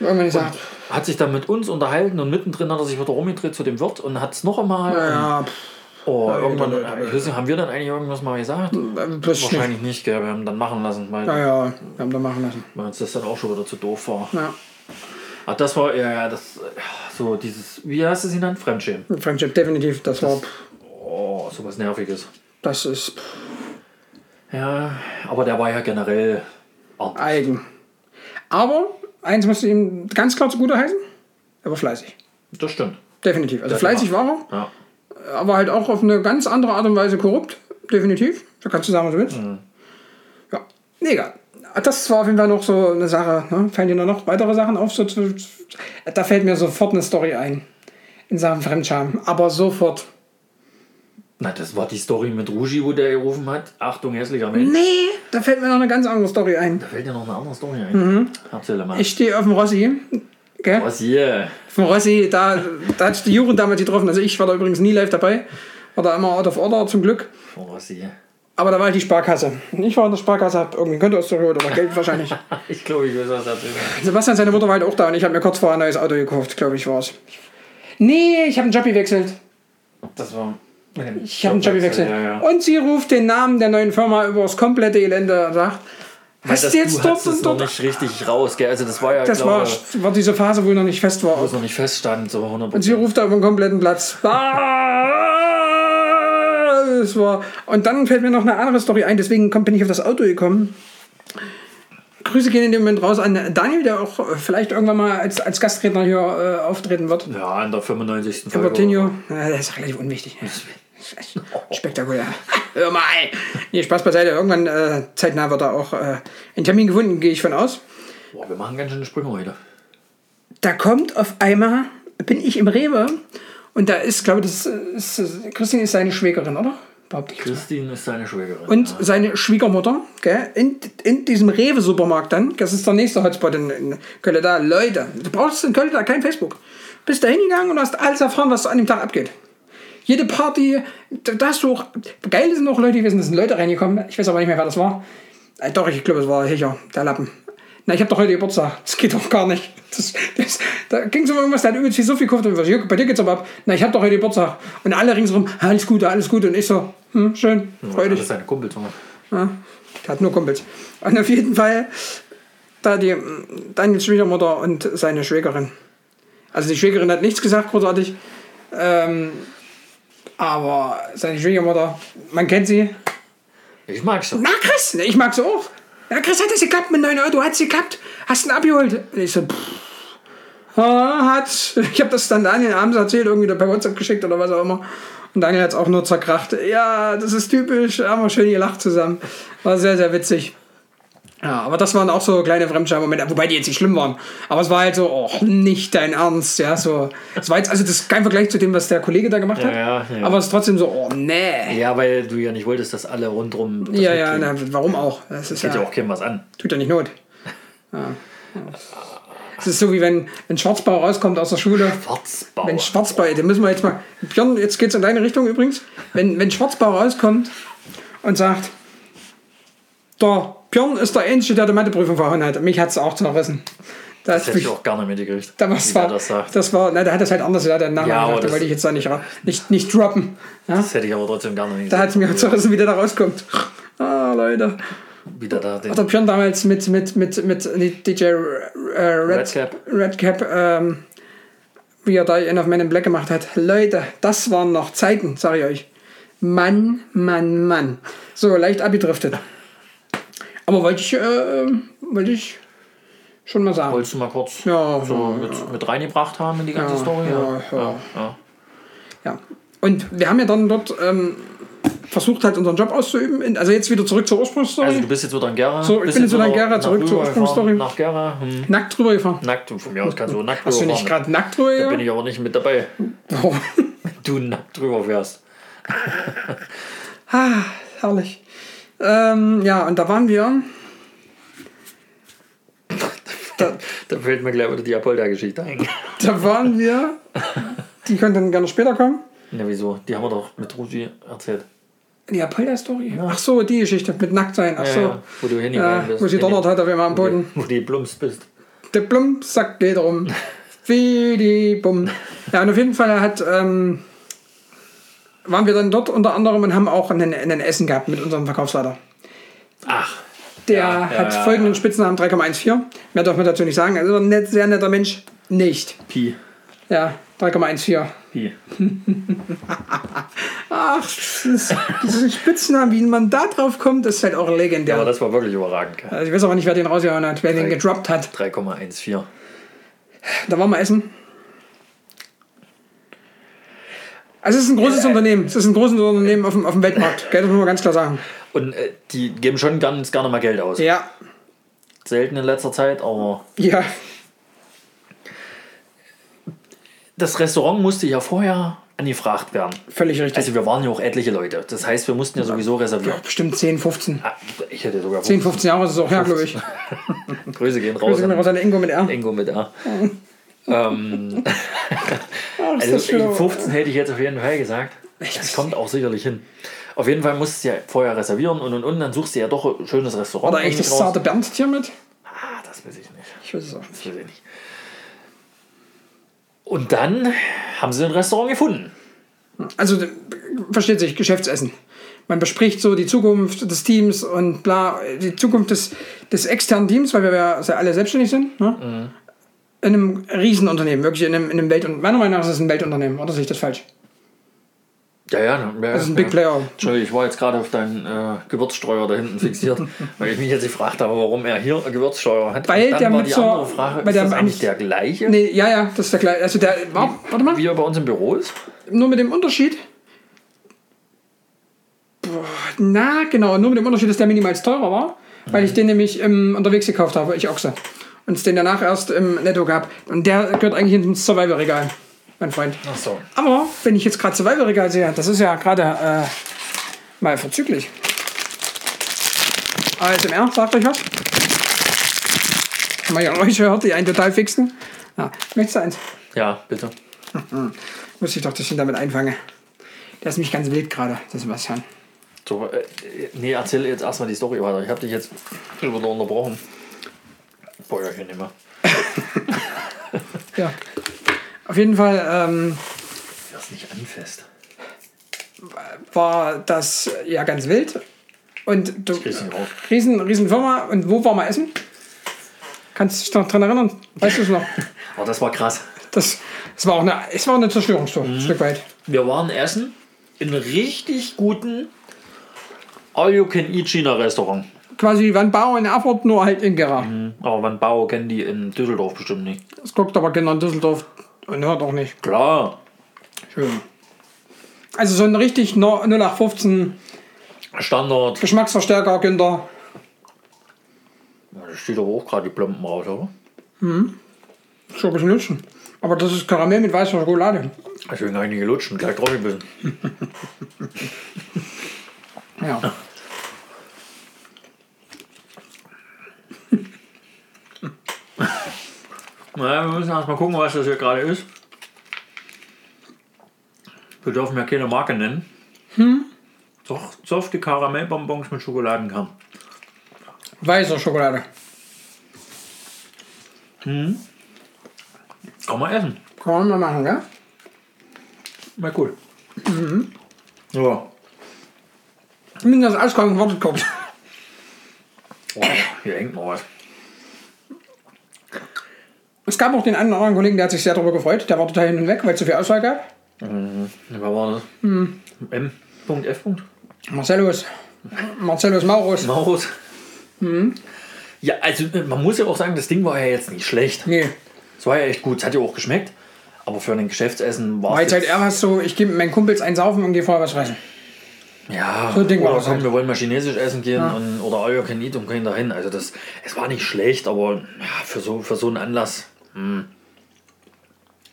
[SPEAKER 1] Irgendwann gesagt,
[SPEAKER 2] hat sich dann mit uns unterhalten und mittendrin hat er sich wieder rumgedreht zu dem Wirt und hat es noch einmal.
[SPEAKER 1] ja, genau. Hm.
[SPEAKER 2] Oh, irgendwann äh, haben wir dann eigentlich irgendwas mal gesagt.
[SPEAKER 1] pff, das ist nicht.
[SPEAKER 2] Wahrscheinlich nicht, gell? wir haben dann machen lassen, weil,
[SPEAKER 1] Naja, wir haben da machen lassen.
[SPEAKER 2] weil uns das dann auch schon wieder zu doof war.
[SPEAKER 1] Ja,
[SPEAKER 2] Ach, das war, ja, ja, das, äh, so dieses, wie heißt es genannt? Fremdschämen.
[SPEAKER 1] Friendship, definitiv, das war,
[SPEAKER 2] Oh, sowas Nerviges.
[SPEAKER 1] das ist
[SPEAKER 2] Ja, aber der war ja generell arm.
[SPEAKER 1] eigen. Aber eins musst du ihm ganz klar zugute heißen, er war fleißig.
[SPEAKER 2] Das stimmt.
[SPEAKER 1] Definitiv. Also
[SPEAKER 2] Ja,
[SPEAKER 1] fleißig war
[SPEAKER 2] Ja.
[SPEAKER 1] er, aber halt auch auf eine ganz andere Art und Weise korrupt. Definitiv. Da kannst du sagen, was du willst. Ja, nee, egal. Das war auf jeden Fall noch so eine Sache. Ne? Fallen dir da noch weitere Sachen auf? So zu, da fällt mir sofort eine Story ein. In Sachen Fremdscham. Aber sofort.
[SPEAKER 2] Na, das war die Story mit Ruji, wo der gerufen hat. Achtung, hässlicher Mensch.
[SPEAKER 1] Nee, da fällt mir noch eine ganz andere Story ein.
[SPEAKER 2] Da fällt dir noch eine andere Story ein. Erzähl mal.
[SPEAKER 1] Mhm. Ich stehe auf dem Rossi. Gell?
[SPEAKER 2] Was hier?
[SPEAKER 1] Auf dem Rossi, da, da hat sich die Jugend damals getroffen. Also ich war da übrigens nie live dabei. War da immer out of order zum Glück.
[SPEAKER 2] Oh, was hier?
[SPEAKER 1] Aber da war halt die Sparkasse. Ich war in der Sparkasse, hab irgendwie ein Konto ausgerührt oder Geld
[SPEAKER 2] *laughs*
[SPEAKER 1] wahrscheinlich.
[SPEAKER 2] Ich glaube, ich weiß, was erzählen.
[SPEAKER 1] Sebastian, seine Mutter war halt auch da und ich habe mir kurz vorher ein neues Auto gekauft, glaube ich, war es. Nee, ich habe einen Job gewechselt.
[SPEAKER 2] Das war.
[SPEAKER 1] Ich habe einen Job gewechselt. Oh,
[SPEAKER 2] Ja, ja.
[SPEAKER 1] Und sie ruft den Namen der neuen Firma über das komplette Elende und sagt, was
[SPEAKER 2] das,
[SPEAKER 1] ist jetzt
[SPEAKER 2] du
[SPEAKER 1] dort
[SPEAKER 2] hast es
[SPEAKER 1] und
[SPEAKER 2] noch
[SPEAKER 1] dort?
[SPEAKER 2] nicht richtig raus, gell? Also das war ja,
[SPEAKER 1] Das war,
[SPEAKER 2] glaube
[SPEAKER 1] war diese Phase, wo ich noch nicht fest war.
[SPEAKER 2] wo es noch nicht feststand, so 100%.
[SPEAKER 1] Und sie ruft da über den kompletten Platz. Ah, Es war. Und dann fällt mir noch eine andere Story ein, deswegen komm- bin ich auf das Auto gekommen. Grüße gehen in dem Moment raus an Daniel, der auch äh, vielleicht irgendwann mal als, als Gastredner hier äh, auftreten wird.
[SPEAKER 2] ja, in der 95. Folge.
[SPEAKER 1] Coutinho, ja, der ist relativ unwichtig. ne? Spektakulär. Hör mal. ey. Nee, Spaß beiseite. Irgendwann äh, zeitnah wird da auch äh, ein Termin gefunden, gehe ich von aus.
[SPEAKER 2] Boah, wir machen ganz schöne Sprünge heute.
[SPEAKER 1] da kommt auf einmal, bin ich im Rewe und da ist, glaube ich, das ist, Christine ist seine Schwägerin, oder? Behaupte ich.
[SPEAKER 2] Christine ist seine Schwägerin.
[SPEAKER 1] Und seine Schwiegermutter, gell, in, in diesem Rewe-Supermarkt dann, das ist der nächste Hotspot in, in Köln, da, Leute, du brauchst in Köln da kein Facebook. Bist da hingegangen und hast alles erfahren, was an dem Tag abgeht. Jede Party, da da hast du auch, geil sind auch Leute gewesen, da sind Leute reingekommen, ich weiß aber nicht mehr, wer das war. Äh, doch, ich glaube, es war Hecher, der Lappen. Na, ich habe doch heute Geburtstag. Das geht doch gar nicht. Das, das, da ging es um irgendwas, der hat übelst viel so viel gekauft. Und ich, Bei dir geht's aber ab. Na, ich habe doch heute Geburtstag. Und alle ringsrum, alles Gute, alles Gute. Und ich so, hm, schön, freu
[SPEAKER 2] heute.
[SPEAKER 1] dich.
[SPEAKER 2] Das ist seine Kumpel. Thomas.
[SPEAKER 1] Ja, der hat nur Kumpels. Und auf jeden Fall da die mm, Daniels Schwiegermutter und seine Schwägerin. Also die Schwägerin hat nichts gesagt, großartig. Ähm, aber seine Schwiegermutter, man kennt sie.
[SPEAKER 2] Ich mag schon.
[SPEAKER 1] Na Chris, ich mag sie auch. Na Chris, hat das geklappt mit 9 Euro? Hat es geklappt? Hast du ihn abgeholt? Und ich so, pff. Ah, hat's. Ich habe das dann Daniel abends erzählt, irgendwie da per WhatsApp geschickt oder was auch immer. Und Daniel hat es auch nur zerkracht. Ja, das ist typisch. Haben wir schön gelacht zusammen. War sehr, sehr witzig. Ja, aber das waren auch so kleine Fremdscham-Momente, wobei die jetzt nicht schlimm waren. Aber es war halt so, oh, nicht dein Ernst, ja, so. Es war jetzt, also das ist kein Vergleich zu dem, was der Kollege da gemacht hat.
[SPEAKER 2] ja, ja.
[SPEAKER 1] Aber es ist trotzdem so, oh, nee.
[SPEAKER 2] Ja, weil du ja nicht wolltest, dass alle rundrum. Das
[SPEAKER 1] Ja, ja,
[SPEAKER 2] mitkriegen.
[SPEAKER 1] na, warum auch? Das ist
[SPEAKER 2] Geht ja auch keinem was an.
[SPEAKER 1] tut ja nicht Not. Ja. Es ist so wie wenn ein Schwarzbau rauskommt aus der Schule.
[SPEAKER 2] Schwarzbau.
[SPEAKER 1] Wenn Schwarzbau, den müssen wir jetzt mal. Björn, jetzt geht's in deine Richtung übrigens. Wenn, wenn Schwarzbau rauskommt und sagt, der Björn ist der Einzige, der die Matheprüfung verhauen hat. Mich hat's auch zerrissen. Das,
[SPEAKER 2] das hätte ich auch gerne mitgekriegt.
[SPEAKER 1] da war's
[SPEAKER 2] wie
[SPEAKER 1] war,
[SPEAKER 2] der das sagt.
[SPEAKER 1] das war, na, der hat das halt anders, der hat den Namen
[SPEAKER 2] Ja, aber
[SPEAKER 1] gesagt, den
[SPEAKER 2] das-
[SPEAKER 1] wollte ich jetzt da nicht, ra- nicht, nicht droppen. Ja?
[SPEAKER 2] Das hätte ich aber trotzdem gerne
[SPEAKER 1] Da
[SPEAKER 2] mitgekriegt.
[SPEAKER 1] hat's mir zerrissen, wie der da rauskommt. Ah, Leute.
[SPEAKER 2] Wie der da den.
[SPEAKER 1] Hat der Björn damals mit, mit, mit, mit DJ äh, Red,
[SPEAKER 2] Redcap.
[SPEAKER 1] Redcap ähm, wie er da einen auf Men in Black gemacht hat. Leute, das waren noch Zeiten, sag ich euch. Mann, Mann, Mann. So, leicht abgedriftet. Aber wollte ich, äh, ähm, wollte ich schon mal sagen.
[SPEAKER 2] Wolltest du mal kurz
[SPEAKER 1] Ja,
[SPEAKER 2] so mit, mit reingebracht haben in die ganze
[SPEAKER 1] Ja,
[SPEAKER 2] Story?
[SPEAKER 1] ja, ja.
[SPEAKER 2] ja. ja.
[SPEAKER 1] Ja. Und wir haben ja dann dort ähm, versucht, halt unseren Job auszuüben. In- Also jetzt wieder zurück zur Ursprungsstory.
[SPEAKER 2] Also du bist jetzt wieder in Gera.
[SPEAKER 1] So, ich
[SPEAKER 2] bist
[SPEAKER 1] bin jetzt wieder in Gera,
[SPEAKER 2] nach
[SPEAKER 1] zurück zur
[SPEAKER 2] Rüber gefahren,
[SPEAKER 1] Ursprungsstory.
[SPEAKER 2] Nach Gera. Hm.
[SPEAKER 1] nackt drüber gefahren.
[SPEAKER 2] Nackt. Von mir aus kannst du nackt
[SPEAKER 1] Hast du nicht
[SPEAKER 2] rüberfahren.
[SPEAKER 1] gerade nackt drüber Oh.
[SPEAKER 2] Da bin
[SPEAKER 1] gegangen?
[SPEAKER 2] ich aber nicht mit dabei.
[SPEAKER 1] Warum?
[SPEAKER 2] Du nackt drüber fährst.
[SPEAKER 1] Ah, herrlich. Ähm, ja, und da waren wir. Da,
[SPEAKER 2] Da fällt mir gleich wieder die Apolda-Geschichte ein.
[SPEAKER 1] *laughs* da waren wir. Die können dann gerne später kommen.
[SPEAKER 2] Na wieso? Die haben wir doch mit Rusi erzählt.
[SPEAKER 1] Die Apolda-Story. Ach so, die Geschichte mit nackt sein. Ach
[SPEAKER 2] Ja,
[SPEAKER 1] so.
[SPEAKER 2] ja, wo du
[SPEAKER 1] Ja,
[SPEAKER 2] hingegangen bist.
[SPEAKER 1] wo sie donnert hat, auf einmal am
[SPEAKER 2] Wo du-
[SPEAKER 1] Boden.
[SPEAKER 2] Wo du plumpst bist.
[SPEAKER 1] Der Plumpsack geht
[SPEAKER 2] *laughs*
[SPEAKER 1] rum. um. Wie die Bumm. Ja, und auf jeden Fall hat, ähm, waren wir dann dort unter anderem und haben auch einen, einen Essen gehabt mit unserem Verkaufsleiter.
[SPEAKER 2] Ach,
[SPEAKER 1] Der
[SPEAKER 2] Ja, ja,
[SPEAKER 1] hat
[SPEAKER 2] ja,
[SPEAKER 1] folgenden Spitznamen 3,14. Mehr darf man dazu nicht sagen. Also ein net, sehr netter Mensch. Nicht.
[SPEAKER 2] Pi.
[SPEAKER 1] Ja, 3,14.
[SPEAKER 2] Pi.
[SPEAKER 1] Ach, das ist, das ist ein Spitznamen, wie man da drauf kommt, ist halt auch legendär.
[SPEAKER 2] Aber das war wirklich überragend. gell?
[SPEAKER 1] also ich weiß aber nicht, wer den rausgehauen hat, wer den
[SPEAKER 2] Drei.
[SPEAKER 1] gedroppt hat.
[SPEAKER 2] 3,14.
[SPEAKER 1] Da waren wir essen. Also es ist ein
[SPEAKER 2] Äh,
[SPEAKER 1] großes Unternehmen. Es ist ein großes Unternehmen auf dem, auf dem Weltmarkt. Gell, das muss man ganz klar sagen.
[SPEAKER 2] Und äh, die geben schon ganz gerne mal Geld aus.
[SPEAKER 1] Ja.
[SPEAKER 2] Selten in letzter Zeit, aber
[SPEAKER 1] Ja.
[SPEAKER 2] das Restaurant musste ja vorher angefragt werden.
[SPEAKER 1] Völlig richtig.
[SPEAKER 2] Also wir waren ja auch etliche Leute. Das heißt, wir mussten ja sowieso reservieren.
[SPEAKER 1] Bestimmt 10, 15.
[SPEAKER 2] Ah, Ich hätte sogar
[SPEAKER 1] 10, 15 Jahre ist es auch her, glaube ich.
[SPEAKER 2] Grüße gehen raus.
[SPEAKER 1] Grüße gehen
[SPEAKER 2] an
[SPEAKER 1] raus an Ingo mit R.
[SPEAKER 2] Ingo mit
[SPEAKER 1] *laughs*
[SPEAKER 2] A. ähm,
[SPEAKER 1] Ach, ist Ah, das
[SPEAKER 2] also
[SPEAKER 1] schön.
[SPEAKER 2] 15 hätte ich jetzt auf jeden Fall gesagt. Das kommt auch sicherlich hin. Auf jeden Fall musst du ja vorher reservieren und und und, dann suchst du ja doch ein schönes Restaurant.
[SPEAKER 1] Oder echt das
[SPEAKER 2] irgendwie raus.
[SPEAKER 1] zarte Bernstier mit?
[SPEAKER 2] Ah, das weiß ich nicht.
[SPEAKER 1] Ich weiß es auch nicht.
[SPEAKER 2] Das weiß ich nicht. Und dann haben sie ein Restaurant gefunden.
[SPEAKER 1] Also, äh, versteht sich, Geschäftsessen. Man bespricht so die Zukunft des Teams und bla, die Zukunft des, des externen Teams, weil wir ja se- alle selbstständig sind. Ne?
[SPEAKER 2] Mhm.
[SPEAKER 1] In einem Riesenunternehmen, wirklich in einem, in einem Weltunternehmen. Meiner Meinung nach ist es ein Weltunternehmen, oder sehe ich das falsch?
[SPEAKER 2] Ja, ja. ja
[SPEAKER 1] Das ist ein Big Player.
[SPEAKER 2] Entschuldigung, ich war jetzt gerade auf deinen äh, Gewürzsteuer da
[SPEAKER 1] *laughs*
[SPEAKER 2] hinten fixiert, weil ich mich jetzt gefragt habe, warum er hier eine Gewürzsteuer hat.
[SPEAKER 1] Weil
[SPEAKER 2] Und dann
[SPEAKER 1] der
[SPEAKER 2] war
[SPEAKER 1] mit
[SPEAKER 2] die
[SPEAKER 1] so-
[SPEAKER 2] andere Frage,
[SPEAKER 1] weil
[SPEAKER 2] ist
[SPEAKER 1] der
[SPEAKER 2] das
[SPEAKER 1] mit-
[SPEAKER 2] eigentlich der gleiche,
[SPEAKER 1] Nee, ja, ja, das ist der gleiche. Also, der war, warte mal,
[SPEAKER 2] wie er bei uns im Büro ist?
[SPEAKER 1] nur mit dem Unterschied. Boah, na, genau, nur mit dem Unterschied, dass der minimals teurer war, weil ich den nämlich ähm, unterwegs gekauft habe, ich Ochse. Und es den danach erst im Netto gab. Und der gehört eigentlich ins Survival-Regal, mein Freund.
[SPEAKER 2] Ach so.
[SPEAKER 1] Aber wenn ich jetzt gerade Survival-Regal sehe, das ist ja gerade äh, mal verzüglich. ASMR, sagt euch was? Wenn man ja Geräusche hört, die einen total fixen. Ja, möchtest du eins?
[SPEAKER 2] Ja, bitte.
[SPEAKER 1] Muss ich doch das hin damit einfangen. Der ist nämlich ganz wild gerade, der Sebastian.
[SPEAKER 2] So, äh, nee, erzähl jetzt erstmal die Story weiter. Ich habe dich jetzt schon wieder unterbrochen. Bäuerchen nicht mehr.
[SPEAKER 1] Ja. Auf jeden Fall ähm,
[SPEAKER 2] Lass nicht anfest.
[SPEAKER 1] war das äh, ja ganz wild. Und du.
[SPEAKER 2] krieg's nicht raus.
[SPEAKER 1] Riesen, riesen Firma. Und wo war mal essen? Kannst du dich noch dran erinnern? Weißt du es noch?
[SPEAKER 2] Aber das war krass.
[SPEAKER 1] Das, das war auch eine, es war auch eine Zerstörungstour, ein Stück weit.
[SPEAKER 2] Wir waren essen in einem richtig guten All-You-Can-Eat-China-Restaurant.
[SPEAKER 1] Quasi wie Van Bau in Erfurt, nur halt in Gera.
[SPEAKER 2] Aber Van Bau kennen die in Düsseldorf bestimmt nicht.
[SPEAKER 1] Das guckt aber genau in Düsseldorf und hört auch nicht.
[SPEAKER 2] Klar.
[SPEAKER 1] Schön. Also so ein richtig 0815
[SPEAKER 2] Standard.
[SPEAKER 1] Geschmacksverstärker, Günther.
[SPEAKER 2] Ja, Da steht aber auch gerade die Plumpen raus, oder?
[SPEAKER 1] So ein bisschen lutschen. Aber das ist Karamell mit weißer Schokolade.
[SPEAKER 2] Deswegen kann ich nicht gelutschen, gleich drauf gebissen.
[SPEAKER 1] Ja.
[SPEAKER 2] Naja, wir müssen erstmal gucken, was das hier gerade ist. Wir dürfen ja keine Marke nennen. Hm? Doch, softe Karamellbonbons mit Schokoladenkern.
[SPEAKER 1] Weiße Schokolade.
[SPEAKER 2] Kann man essen.
[SPEAKER 1] Kann man mal machen, gell?
[SPEAKER 2] Na cool. Mhm. Ja.
[SPEAKER 1] Wir müssen das Ausgang Wort gucken.
[SPEAKER 2] Oh, hier hängt noch was.
[SPEAKER 1] Es gab auch den einen oder anderen Kollegen, der hat sich sehr darüber gefreut. Der war total hin und weg, weil es so viel Auswahl gab.
[SPEAKER 2] Wer war das?
[SPEAKER 1] Hm.
[SPEAKER 2] M. Punkt F. Punkt.
[SPEAKER 1] Marcellus. Marcellus Maurus.
[SPEAKER 2] Maus.
[SPEAKER 1] Hm.
[SPEAKER 2] Ja, also äh, man muss ja auch sagen, das Ding war ja jetzt nicht schlecht.
[SPEAKER 1] Nee.
[SPEAKER 2] Es war ja echt gut, es hat ja auch geschmeckt. Aber für ein Geschäftsessen war
[SPEAKER 1] Weil
[SPEAKER 2] es.
[SPEAKER 1] es halt eher was so, ich gebe meinen Kumpels einen Saufen und gehe vorher was fressen.
[SPEAKER 2] Ja,
[SPEAKER 1] So ein Ding war
[SPEAKER 2] oder
[SPEAKER 1] das
[SPEAKER 2] komm,
[SPEAKER 1] halt.
[SPEAKER 2] wir wollen mal chinesisch essen gehen und, oder all you can eat und gehen dahin. Also das, es war nicht schlecht, aber ja, für, so, für so einen Anlass.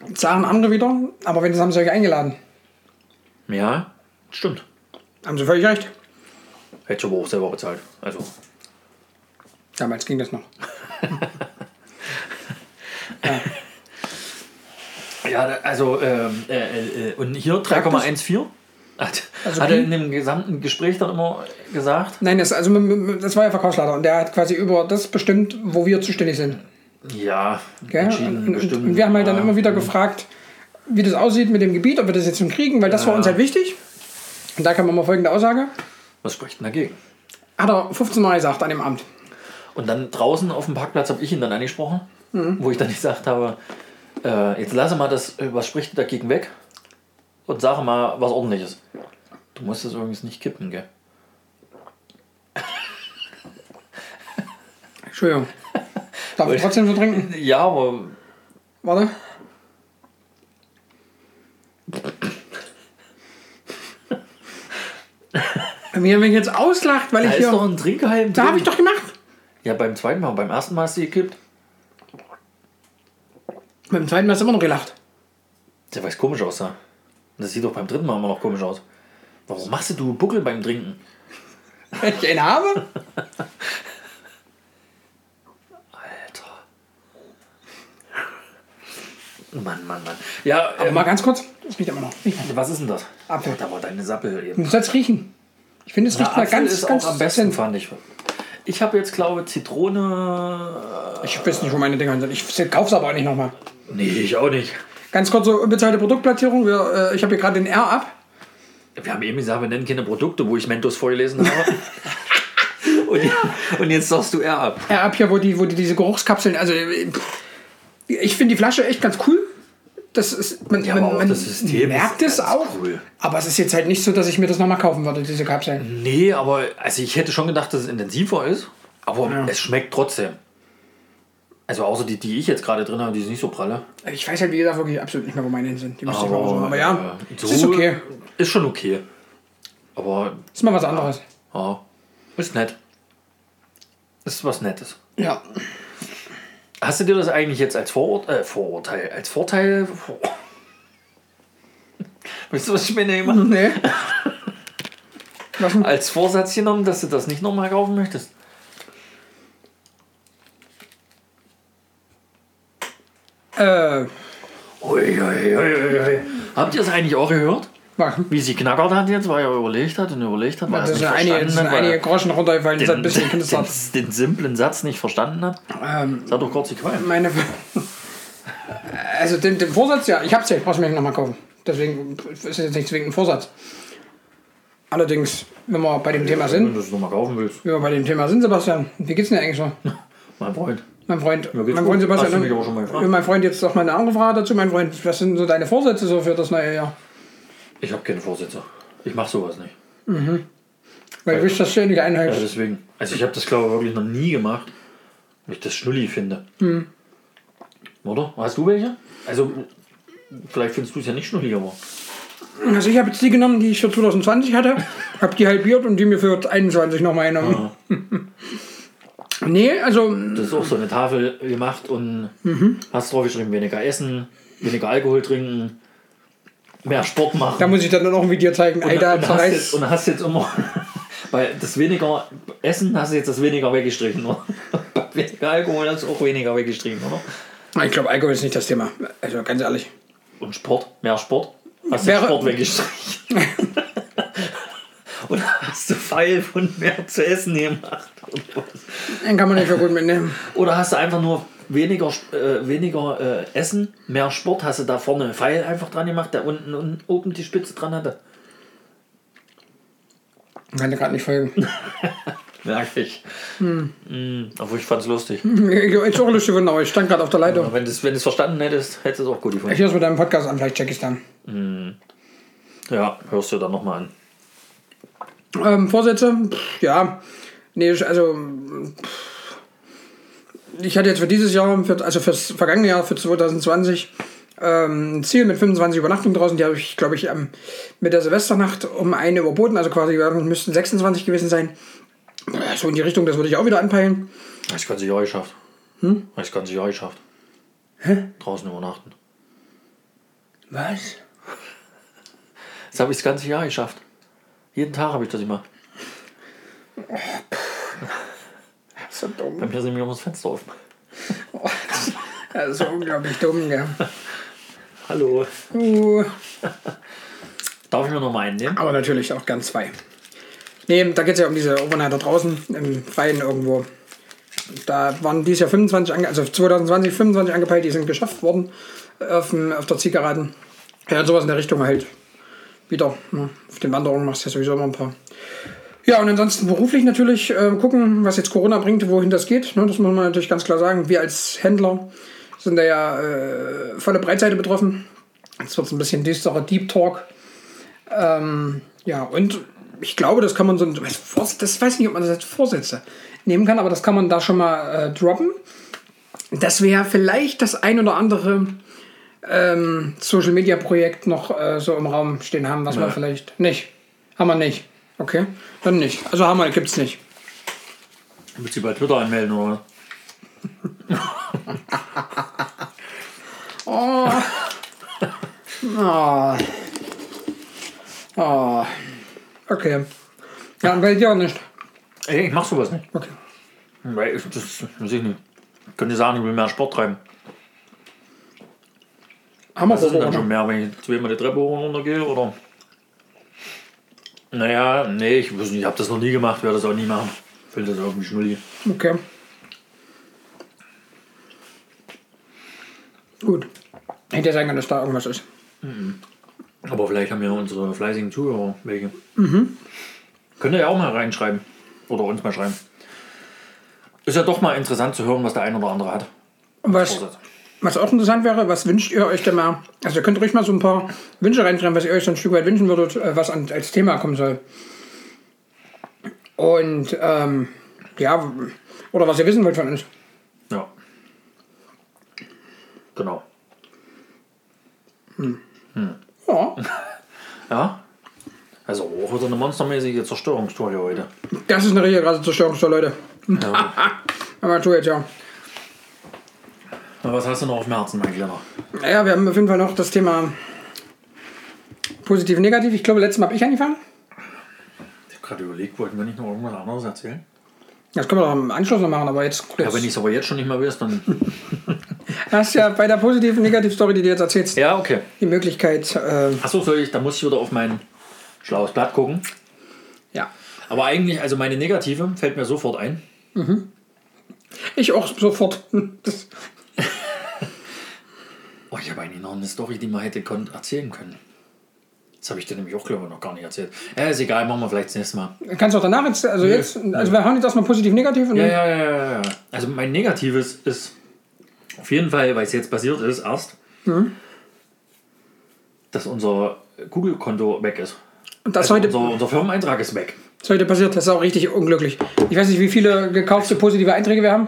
[SPEAKER 1] Das Sagen andere wieder, aber wenn das haben sie euch eingeladen.
[SPEAKER 2] Ja, stimmt.
[SPEAKER 1] Haben sie völlig recht.
[SPEAKER 2] Hätte ich aber auch selber bezahlt. Also,
[SPEAKER 1] Damals ging das noch.
[SPEAKER 2] ja, da- also ähm, äh, äh, äh, und hier 3,14 hat,
[SPEAKER 1] Also
[SPEAKER 2] hat er
[SPEAKER 1] Pi-
[SPEAKER 2] in dem gesamten Gespräch dann immer gesagt.
[SPEAKER 1] Nein, das, also, m- m- das war ja Verkaufslader und der hat quasi über das bestimmt, wo wir zuständig sind.
[SPEAKER 2] Ja,
[SPEAKER 1] Gell?
[SPEAKER 2] entschieden,
[SPEAKER 1] Und, und,
[SPEAKER 2] bestimmt.
[SPEAKER 1] und wir haben halt dann
[SPEAKER 2] ja.
[SPEAKER 1] immer wieder gefragt, wie das aussieht mit dem Gebiet, ob wir das jetzt nun kriegen, weil das war uns halt wichtig. Und da kam immer folgende Aussage.
[SPEAKER 2] Was spricht denn dagegen?
[SPEAKER 1] Hat er 15 Mal gesagt an dem Abend.
[SPEAKER 2] Und dann draußen auf dem Parkplatz habe ich ihn dann angesprochen,
[SPEAKER 1] Mhm.
[SPEAKER 2] wo ich dann *laughs* gesagt habe, äh, jetzt lasse mal das, äh, was spricht dagegen weg und sage mal was ordentliches. Du musst das übrigens nicht kippen, gell? *laughs*
[SPEAKER 1] Entschuldigung. Darf ich trotzdem so trinken?
[SPEAKER 2] Ja, aber
[SPEAKER 1] Warte. Wenn ihr mich jetzt auslacht, weil
[SPEAKER 2] da
[SPEAKER 1] ich
[SPEAKER 2] ist doch
[SPEAKER 1] hier.
[SPEAKER 2] ein Trinkhalm
[SPEAKER 1] Da habe ich doch gemacht.
[SPEAKER 2] Ja, beim zweiten Mal, beim ersten Mal hast du gekippt.
[SPEAKER 1] Beim zweiten Mal hast du immer noch gelacht.
[SPEAKER 2] *laughs* Der weiß komisch aus da. Das sieht doch beim dritten Mal immer noch komisch aus. Warum machst du du Buckel beim Trinken?
[SPEAKER 1] Wenn ich einen habe?
[SPEAKER 2] Alter. Mann, Mann, Mann. Ja,
[SPEAKER 1] Aber
[SPEAKER 2] ähm,
[SPEAKER 1] mal ganz kurz. Das riecht immer noch. Riech mal.
[SPEAKER 2] was ist denn das?
[SPEAKER 1] Apfel.
[SPEAKER 2] Da war deine Sappel eben.
[SPEAKER 1] Du sollst riechen. Ich finde, es
[SPEAKER 2] Na,
[SPEAKER 1] riecht mal
[SPEAKER 2] Apfel
[SPEAKER 1] ganz,
[SPEAKER 2] ist
[SPEAKER 1] ganz
[SPEAKER 2] auch am besten, fand ich. Ich habe jetzt, glaube Zitrone.
[SPEAKER 1] Ich weiß nicht, wo meine Dinger hin sind. Ich kauf's aber auch nicht nochmal.
[SPEAKER 2] Nee, ich auch nicht.
[SPEAKER 1] Ganz kurze unbezahlte Produktplatzierung. Wir, äh, ich habe hier gerade den R ab.
[SPEAKER 2] Wir haben eben gesagt, wir nennen keine Produkte, wo ich Mentos vorgelesen habe.
[SPEAKER 1] *laughs*
[SPEAKER 2] und, und jetzt sagst du R ab.
[SPEAKER 1] R ab hier, wo die, wo die diese Geruchskapseln. Also äh, pff. ich finde die Flasche echt ganz cool. Das ist, man,
[SPEAKER 2] Ja,
[SPEAKER 1] man,
[SPEAKER 2] aber auch
[SPEAKER 1] man
[SPEAKER 2] das System
[SPEAKER 1] merkt es
[SPEAKER 2] ist ganz
[SPEAKER 1] auch.
[SPEAKER 2] cool.
[SPEAKER 1] Aber es ist jetzt halt nicht so, dass ich mir das nochmal kaufen würde, diese Kapseln.
[SPEAKER 2] Nee, aber also ich hätte schon gedacht, dass es intensiver ist, aber es schmeckt trotzdem. Also außer die, die ich jetzt gerade drin habe, die ist nicht so pralle.
[SPEAKER 1] Ich weiß halt, wie gesagt, wirklich absolut nicht mehr, wo meine hin sind. Die müsste ich
[SPEAKER 2] Oh,
[SPEAKER 1] mal rausholen. Aber ja,
[SPEAKER 2] äh,
[SPEAKER 1] es ist okay.
[SPEAKER 2] Ist schon okay. Aber
[SPEAKER 1] Ist mal was anderes.
[SPEAKER 2] ja, ist nett. Ist was Nettes.
[SPEAKER 1] Ja.
[SPEAKER 2] Hast du dir das eigentlich jetzt als Vorur äh, Vorurteil, als Vorteil... *laughs* Weißt du, was ich mir nehme? *laughs*
[SPEAKER 1] Nee. was denn?
[SPEAKER 2] Als Vorsatz genommen, dass du das nicht nochmal kaufen möchtest?
[SPEAKER 1] Äh,
[SPEAKER 2] Ui, ui, ui, ui. Habt ihr das eigentlich auch gehört?
[SPEAKER 1] warte.
[SPEAKER 2] Wie sie knackert hat jetzt, weil er überlegt hat und überlegt hat, weil er
[SPEAKER 1] Das
[SPEAKER 2] es
[SPEAKER 1] sind
[SPEAKER 2] nicht
[SPEAKER 1] einige,
[SPEAKER 2] verstanden
[SPEAKER 1] das sind
[SPEAKER 2] hat, weil
[SPEAKER 1] einige
[SPEAKER 2] er
[SPEAKER 1] Groschen runtergefallen, das hat
[SPEAKER 2] den,
[SPEAKER 1] ein bisschen
[SPEAKER 2] den,
[SPEAKER 1] Kindesart.
[SPEAKER 2] den simplen Satz nicht verstanden hat.
[SPEAKER 1] Ähm,
[SPEAKER 2] Das hat doch kurz gequält.
[SPEAKER 1] meine. Also den, den Vorsatz, ja, ich hab's ja, ich brauch's mir nicht nochmal kaufen. Deswegen ist es jetzt nicht zwingend ein Vorsatz. Allerdings, wenn wir bei dem Thema
[SPEAKER 2] Also, Wenn
[SPEAKER 1] sind,
[SPEAKER 2] du es nochmal kaufen willst,
[SPEAKER 1] wenn wir bei dem Thema sind, Sebastian, wie geht's denn eigentlich so?
[SPEAKER 2] mein Freund.
[SPEAKER 1] Mein Freund,
[SPEAKER 2] Mir
[SPEAKER 1] mein
[SPEAKER 2] geht's
[SPEAKER 1] Freund
[SPEAKER 2] gut.
[SPEAKER 1] Sebastian,
[SPEAKER 2] Hast du mich aber schon mal gefragt?
[SPEAKER 1] will mein Freund jetzt noch mal eine andere Frage dazu, mein Freund, was sind so deine Vorsätze so für das neue Jahr?
[SPEAKER 2] Ich habe keine Vorsätze. Ich mache sowas nicht.
[SPEAKER 1] Weil du bist das ständig
[SPEAKER 2] Ja,
[SPEAKER 1] einhältst.
[SPEAKER 2] deswegen. Also ich habe das, glaube ich, wirklich noch nie gemacht, weil ich das schnulli finde.
[SPEAKER 1] Hm.
[SPEAKER 2] Oder? Hast du welche? Also, vielleicht findest du es ja nicht schnulli, aber...
[SPEAKER 1] Also ich habe jetzt die genommen, die ich für 2020 hatte, habe die halbiert und die mir für 21 nochmal genommen. *laughs* Nee, also
[SPEAKER 2] Das ist auch so eine Tafel gemacht und
[SPEAKER 1] Mhm.
[SPEAKER 2] hast drauf geschrieben, weniger essen, weniger Alkohol trinken, mehr Sport machen.
[SPEAKER 1] Da muss ich dann noch ein Video zeigen.
[SPEAKER 2] und,
[SPEAKER 1] Alter,
[SPEAKER 2] und, hast jetzt,
[SPEAKER 1] Preis.
[SPEAKER 2] und hast jetzt immer, *laughs* weil das weniger Essen hast du jetzt das weniger weggestrichen, oder? *laughs* Bei weniger Alkohol hast du auch weniger weggestrichen, oder?
[SPEAKER 1] Ich glaube, Alkohol ist nicht das Thema. Also ganz ehrlich.
[SPEAKER 2] Und Sport, mehr Sport, hast du
[SPEAKER 1] Wäre-
[SPEAKER 2] Sport weggestrichen. *laughs* und hast du Pfeil von mehr zu essen gemacht. oder was?
[SPEAKER 1] Den kann man nicht für gut mitnehmen.
[SPEAKER 2] Oder hast du einfach nur weniger, äh, weniger äh, Essen, mehr Sport? Hast du da vorne einen Pfeil einfach dran gemacht, der unten, unten oben die Spitze dran hatte?
[SPEAKER 1] Kann dir gerade nicht folgen.
[SPEAKER 2] Merke ich. Mm, obwohl ich fand's lustig.
[SPEAKER 1] *laughs* Ich auch lustig gefunden, aber ich stand gerade auf der Leitung.
[SPEAKER 2] Wenn du es wenn du's verstanden hättest, hättest du es auch gut gefunden.
[SPEAKER 1] Ich höre es mit deinem Podcast an, vielleicht check ich dann.
[SPEAKER 2] Ja, hörst du dann nochmal an.
[SPEAKER 1] Ähm, Vorsätze? Pff, ja. Nee, ich- also. pff. Ich hatte jetzt für dieses Jahr, für, also fürs vergangene Jahr, für 2020, ähm, ein Ziel mit 25 Übernachtungen draußen. Die habe ich, glaube ich, ähm, mit der Silvesternacht um eine überboten. Also quasi, wir müssten 26 gewesen sein. So in die Richtung, das würde ich auch wieder anpeilen.
[SPEAKER 2] Ich kann sich auch geschafft. Hm? Ich kann sich auch geschafft. Hä? Draußen übernachten.
[SPEAKER 1] Was?
[SPEAKER 2] Jetzt habe ich das ganze Jahr geschafft. Jeden Tag habe ich das gemacht.
[SPEAKER 1] Das ist so dumm. *laughs*
[SPEAKER 2] Bei mir sind mir immer das Fenster offen.
[SPEAKER 1] Das ist so unglaublich dumm, gell.
[SPEAKER 2] Hallo.
[SPEAKER 1] Uh,
[SPEAKER 2] Darf ich mir nochmal einen
[SPEAKER 1] *laughs*
[SPEAKER 2] nehmen?
[SPEAKER 1] aber natürlich auch gern zwei. Nee, da geht es ja um diese Overnight da draußen, im Freien irgendwo. Da waren dieses Jahr 25, ange also 2020 25 angepeilt, die sind geschafft worden äh, auf, dem, auf der Ziegeraden. Ja, sowas in der Richtung halt. Wieder. Ne? Auf den Wanderungen machst du ja sowieso immer ein paar. Ja, und ansonsten beruflich natürlich äh, gucken, was jetzt Corona bringt, wohin das geht. Ne? Das muss man natürlich ganz klar sagen. Wir als Händler sind da ja äh, volle Breitseite betroffen. Jetzt wird es ein bisschen düsterer Deep Talk. Ähm, ja, und ich glaube, das kann man so ein. was- Vors- Das weiß ich nicht, ob man das als Vorsätze nehmen kann, aber das kann man da schon mal äh, droppen. Dass wir ja vielleicht das ein oder andere ähm, Social Media Projekt noch äh, so im Raum stehen haben, was wir vielleicht. Nicht. Haben wir nicht. Okay, dann nicht. Also haben wir, gibt's nicht.
[SPEAKER 2] Willst du bei Twitter anmelden, oder?
[SPEAKER 1] Oh. oh. Oh. Okay. Ja, und bei dir nicht.
[SPEAKER 2] Ey, ich mach sowas nicht.
[SPEAKER 1] Okay.
[SPEAKER 2] Weil ich, das weiß ich nicht. Ich könnte sagen, ich will mehr Sport treiben.
[SPEAKER 1] Haben wir
[SPEAKER 2] Das ist
[SPEAKER 1] Corona. genau.
[SPEAKER 2] dann schon mehr, wenn ich zweimal die Treppe hoch und runter gehe, oder? Naja, nee, ich, weiß nicht, ich habe das noch nie gemacht, werde das auch nie machen. Finde das irgendwie schnulli.
[SPEAKER 1] Okay. Gut. Hätte ja sein können, dass da irgendwas ist.
[SPEAKER 2] Aber vielleicht haben ja unsere fleißigen Zuhörer welche. Mhm. Könnt ihr ja auch mal reinschreiben. Oder uns mal schreiben. Ist ja doch mal interessant zu hören, was der ein oder andere hat.
[SPEAKER 1] Was, was auch interessant wäre, was wünscht ihr euch denn mal? Also ihr könnt ruhig mal so ein paar Wünsche reinschreiben, was ihr euch so ein Stück weit wünschen würdet, äh, was an, als Thema kommen soll. Und ähm, ja, oder was ihr wissen wollt von uns.
[SPEAKER 2] Ja. Genau.
[SPEAKER 1] Ja,
[SPEAKER 2] Ja. Also auch wieder eine monstermäßige Zerstörungstour hier heute.
[SPEAKER 1] das ist eine richtig krasse Zerstörung, so Leute.
[SPEAKER 2] Ja.
[SPEAKER 1] *laughs* Aber tu jetzt ja.
[SPEAKER 2] Na, was hast du noch auf dem Herzen, mein Kleiner?
[SPEAKER 1] Ja, wir haben auf jeden Fall noch das Thema positiv, negativ. Ich glaube, letztes Mal habe ich angefangen.
[SPEAKER 2] Ich habe gerade überlegt, wollten wir nicht noch irgendwas anderes erzählen?
[SPEAKER 1] Das können wir doch im Anschluss noch machen, aber jetzt.
[SPEAKER 2] Ja, wenn ich es aber jetzt schon nicht mehr weiß, dann.
[SPEAKER 1] hast ja bei der positiven, negativen Story, die du jetzt erzählst,
[SPEAKER 2] *laughs* ja, okay.
[SPEAKER 1] die Möglichkeit. Äh,
[SPEAKER 2] Achso, soll ich, da muss ich wieder auf mein schlaues Blatt gucken.
[SPEAKER 1] ja.
[SPEAKER 2] Aber eigentlich, also meine negative fällt mir sofort ein.
[SPEAKER 1] Ich auch sofort. Das,
[SPEAKER 2] Oh, ich habe eigentlich noch eine Story, die man hätte kon- erzählen können. Das habe ich dir nämlich auch, glaube ich, noch gar nicht erzählt. Ja, ist egal, machen wir vielleicht das nächste Mal.
[SPEAKER 1] kannst du auch danach jetzt. Also, jetzt, also wir hauen jetzt erstmal positiv, negativ. ne? Und
[SPEAKER 2] Ja,
[SPEAKER 1] dann-
[SPEAKER 2] ja, ja, ja, ja. Hm? Also mein Negatives ist auf jeden Fall, weil es jetzt passiert ist, erst,
[SPEAKER 1] Hm?
[SPEAKER 2] dass unser Google-Konto weg ist.
[SPEAKER 1] Und das
[SPEAKER 2] Also
[SPEAKER 1] heute,
[SPEAKER 2] unser, unser Firmeneintrag ist weg.
[SPEAKER 1] das heute passiert, das ist auch richtig unglücklich. Ich weiß nicht, wie viele
[SPEAKER 2] Also-
[SPEAKER 1] gekaufte positive Einträge wir
[SPEAKER 2] *laughs*
[SPEAKER 1] haben.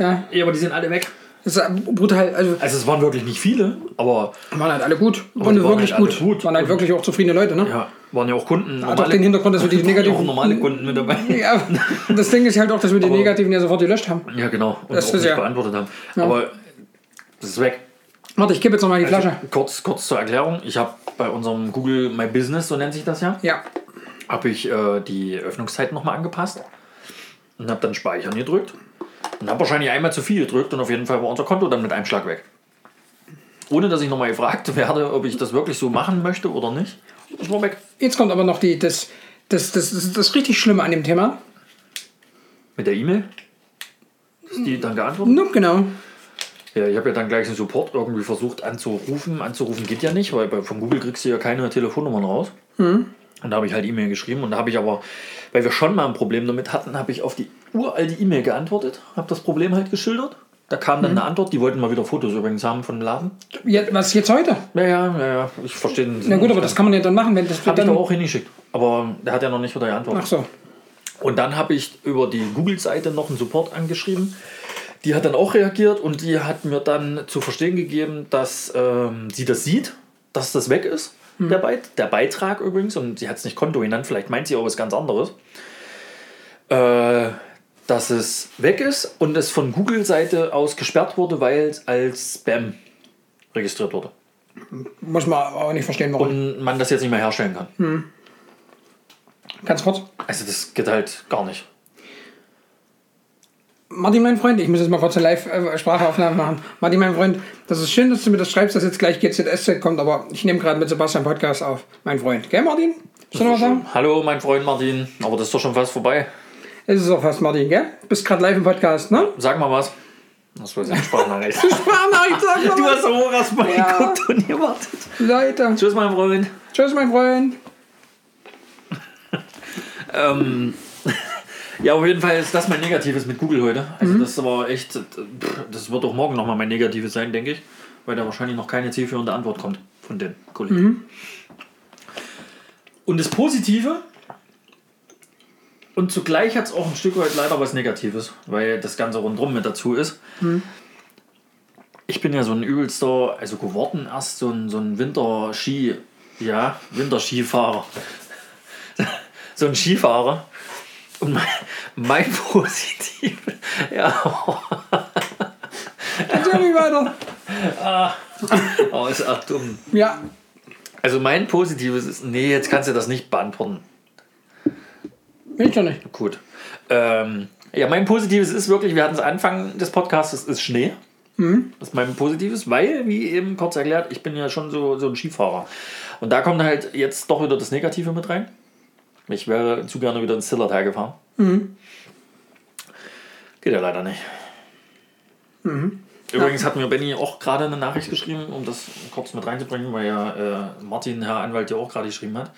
[SPEAKER 1] Ja,
[SPEAKER 2] Ja, aber die sind alle weg.
[SPEAKER 1] das ist brutal. Also,
[SPEAKER 2] Also es waren wirklich nicht viele, aber
[SPEAKER 1] waren halt alle gut.
[SPEAKER 2] die
[SPEAKER 1] Und
[SPEAKER 2] waren
[SPEAKER 1] wirklich
[SPEAKER 2] halt alle
[SPEAKER 1] gut.
[SPEAKER 2] gut.
[SPEAKER 1] Waren halt wirklich auch zufriedene Leute, ne?
[SPEAKER 2] ja, waren ja auch Kunden.
[SPEAKER 1] Hat auch den Hintergrund, dass wir die
[SPEAKER 2] waren ja auch
[SPEAKER 1] negativen.
[SPEAKER 2] normale Kunden
[SPEAKER 1] *laughs*
[SPEAKER 2] mit dabei.
[SPEAKER 1] Ja, das Ding ist halt auch, dass wir die negativen ja sofort gelöscht haben.
[SPEAKER 2] Ja, genau. Und
[SPEAKER 1] Das
[SPEAKER 2] auch
[SPEAKER 1] ist
[SPEAKER 2] nicht
[SPEAKER 1] ja-
[SPEAKER 2] beantwortet haben. Aber das ist weg.
[SPEAKER 1] Warte, ich gebe jetzt nochmal die
[SPEAKER 2] Also.
[SPEAKER 1] Flasche.
[SPEAKER 2] Kurz, kurz zur Erklärung. Ich habe bei unserem Google My Business, so nennt sich das ja,
[SPEAKER 1] Ja.
[SPEAKER 2] habe ich äh, die Öffnungszeiten nochmal angepasst und habe dann Speichern gedrückt und habe wahrscheinlich einmal zu viel gedrückt und auf jeden Fall war unser Konto dann mit einem Schlag weg. Ohne dass ich nochmal gefragt *laughs* werde, ob ich das wirklich so machen möchte oder nicht. Das war weg.
[SPEAKER 1] Jetzt kommt aber noch die, das, das, das, das, das richtig Schlimme an dem Thema.
[SPEAKER 2] Mit der E-Mail. Ist die dann geantwortet?
[SPEAKER 1] Nun, genau.
[SPEAKER 2] Ja, ich habe ja dann gleich den Support irgendwie versucht anzurufen. Anzurufen geht ja nicht, weil bei, von Google kriegst du ja keine Telefonnummern raus.
[SPEAKER 1] Hm.
[SPEAKER 2] Und da habe ich halt E-Mail geschrieben und da habe ich aber, weil wir schon mal ein Problem damit hatten, habe ich auf die uralte E-Mail geantwortet, habe das Problem halt geschildert. Da kam
[SPEAKER 1] Hm.
[SPEAKER 2] dann eine Antwort, die wollten mal wieder Fotos übrigens haben von dem Laden.
[SPEAKER 1] Ja, was jetzt heute?
[SPEAKER 2] Ja, ja, ja, ja, ich verstehe den Sinn.
[SPEAKER 1] Na gut, aber das kann man ja dann machen, wenn das
[SPEAKER 2] habe ich
[SPEAKER 1] dann.
[SPEAKER 2] da auch hingeschickt. Aber der hat ja noch nicht wieder geantwortet.
[SPEAKER 1] Ach so.
[SPEAKER 2] Und dann habe ich über die Google-Seite noch einen Support angeschrieben. Die hat dann auch reagiert und die hat mir dann zu verstehen gegeben, dass ähm, sie das sieht, dass das weg ist, der, Beit der Beitrag übrigens. Und sie hat es nicht Konto genannt, vielleicht meint sie auch was ganz anderes. Äh, dass es weg ist und es von Google-Seite aus gesperrt wurde, weil es als Spam registriert wurde.
[SPEAKER 1] Muss man auch nicht verstehen, warum.
[SPEAKER 2] Und man das jetzt nicht mehr herstellen kann.
[SPEAKER 1] Ganz kurz.
[SPEAKER 2] Also das geht halt gar nicht.
[SPEAKER 1] Martin, mein Freund, ich muss jetzt mal kurz eine Live-Sprachaufnahme machen. Martin, mein Freund, das ist schön, dass du mir das schreibst, dass jetzt gleich GZSZ kommt, aber ich nehme gerade mit Sebastian Podcast auf. Mein Freund. Gell, Martin? Bist du noch was sagen?
[SPEAKER 2] Also, Hallo, mein Freund Martin. Aber das ist doch schon fast vorbei.
[SPEAKER 1] Es ist auch fast, Martin, gell? Bist gerade live im Podcast, ne?
[SPEAKER 2] *laughs* Sag mal was. Das war jetzt eine
[SPEAKER 1] *laughs*
[SPEAKER 2] Sprachnachricht.
[SPEAKER 1] Sprachnachricht, sag mal
[SPEAKER 2] du
[SPEAKER 1] was.
[SPEAKER 2] hast so hoch erstmal
[SPEAKER 1] Ja.
[SPEAKER 2] geguckt und gewartet.
[SPEAKER 1] Leute.
[SPEAKER 2] Tschüss, mein Freund.
[SPEAKER 1] Tschüss, mein Freund.
[SPEAKER 2] Ähm, *laughs* ja, auf jeden Fall ist das mein Negatives mit Google heute. Also, das war echt. pff, Das wird auch morgen nochmal mein Negatives sein, denke ich. Weil da wahrscheinlich noch keine zielführende Antwort kommt von den Kollegen. Und das Positive. Und zugleich hat es auch ein Stück weit leider was Negatives, weil das Ganze rundherum mit dazu ist. Ich bin ja so ein übelster, also geworden erst so ein, so ein Winterski, ja, Winterskifahrer so ein Skifahrer. Und mein, mein *laughs* Positiv. Ja, *laughs*
[SPEAKER 1] Erzähl mich weiter.
[SPEAKER 2] oh, ist auch dumm.
[SPEAKER 1] Ja.
[SPEAKER 2] Also mein Positives ist. Nee, jetzt kannst du das nicht beantworten.
[SPEAKER 1] Will ich doch nicht.
[SPEAKER 2] Gut. Ähm, ja, mein Positives ist wirklich, wir hatten es Anfang des Podcasts, es ist Schnee. Das ist mein Positives, weil, wie eben kurz erklärt, ich bin ja schon so, so ein Skifahrer. Und da kommt halt jetzt doch wieder das Negative mit rein. Ich wäre zu gerne wieder ins Zillertal gefahren. Geht ja leider nicht. Übrigens hat mir Benny auch gerade eine Nachricht geschrieben, um das kurz mit reinzubringen, weil ja äh, Martin, Herr Anwalt, ja auch gerade geschrieben hat.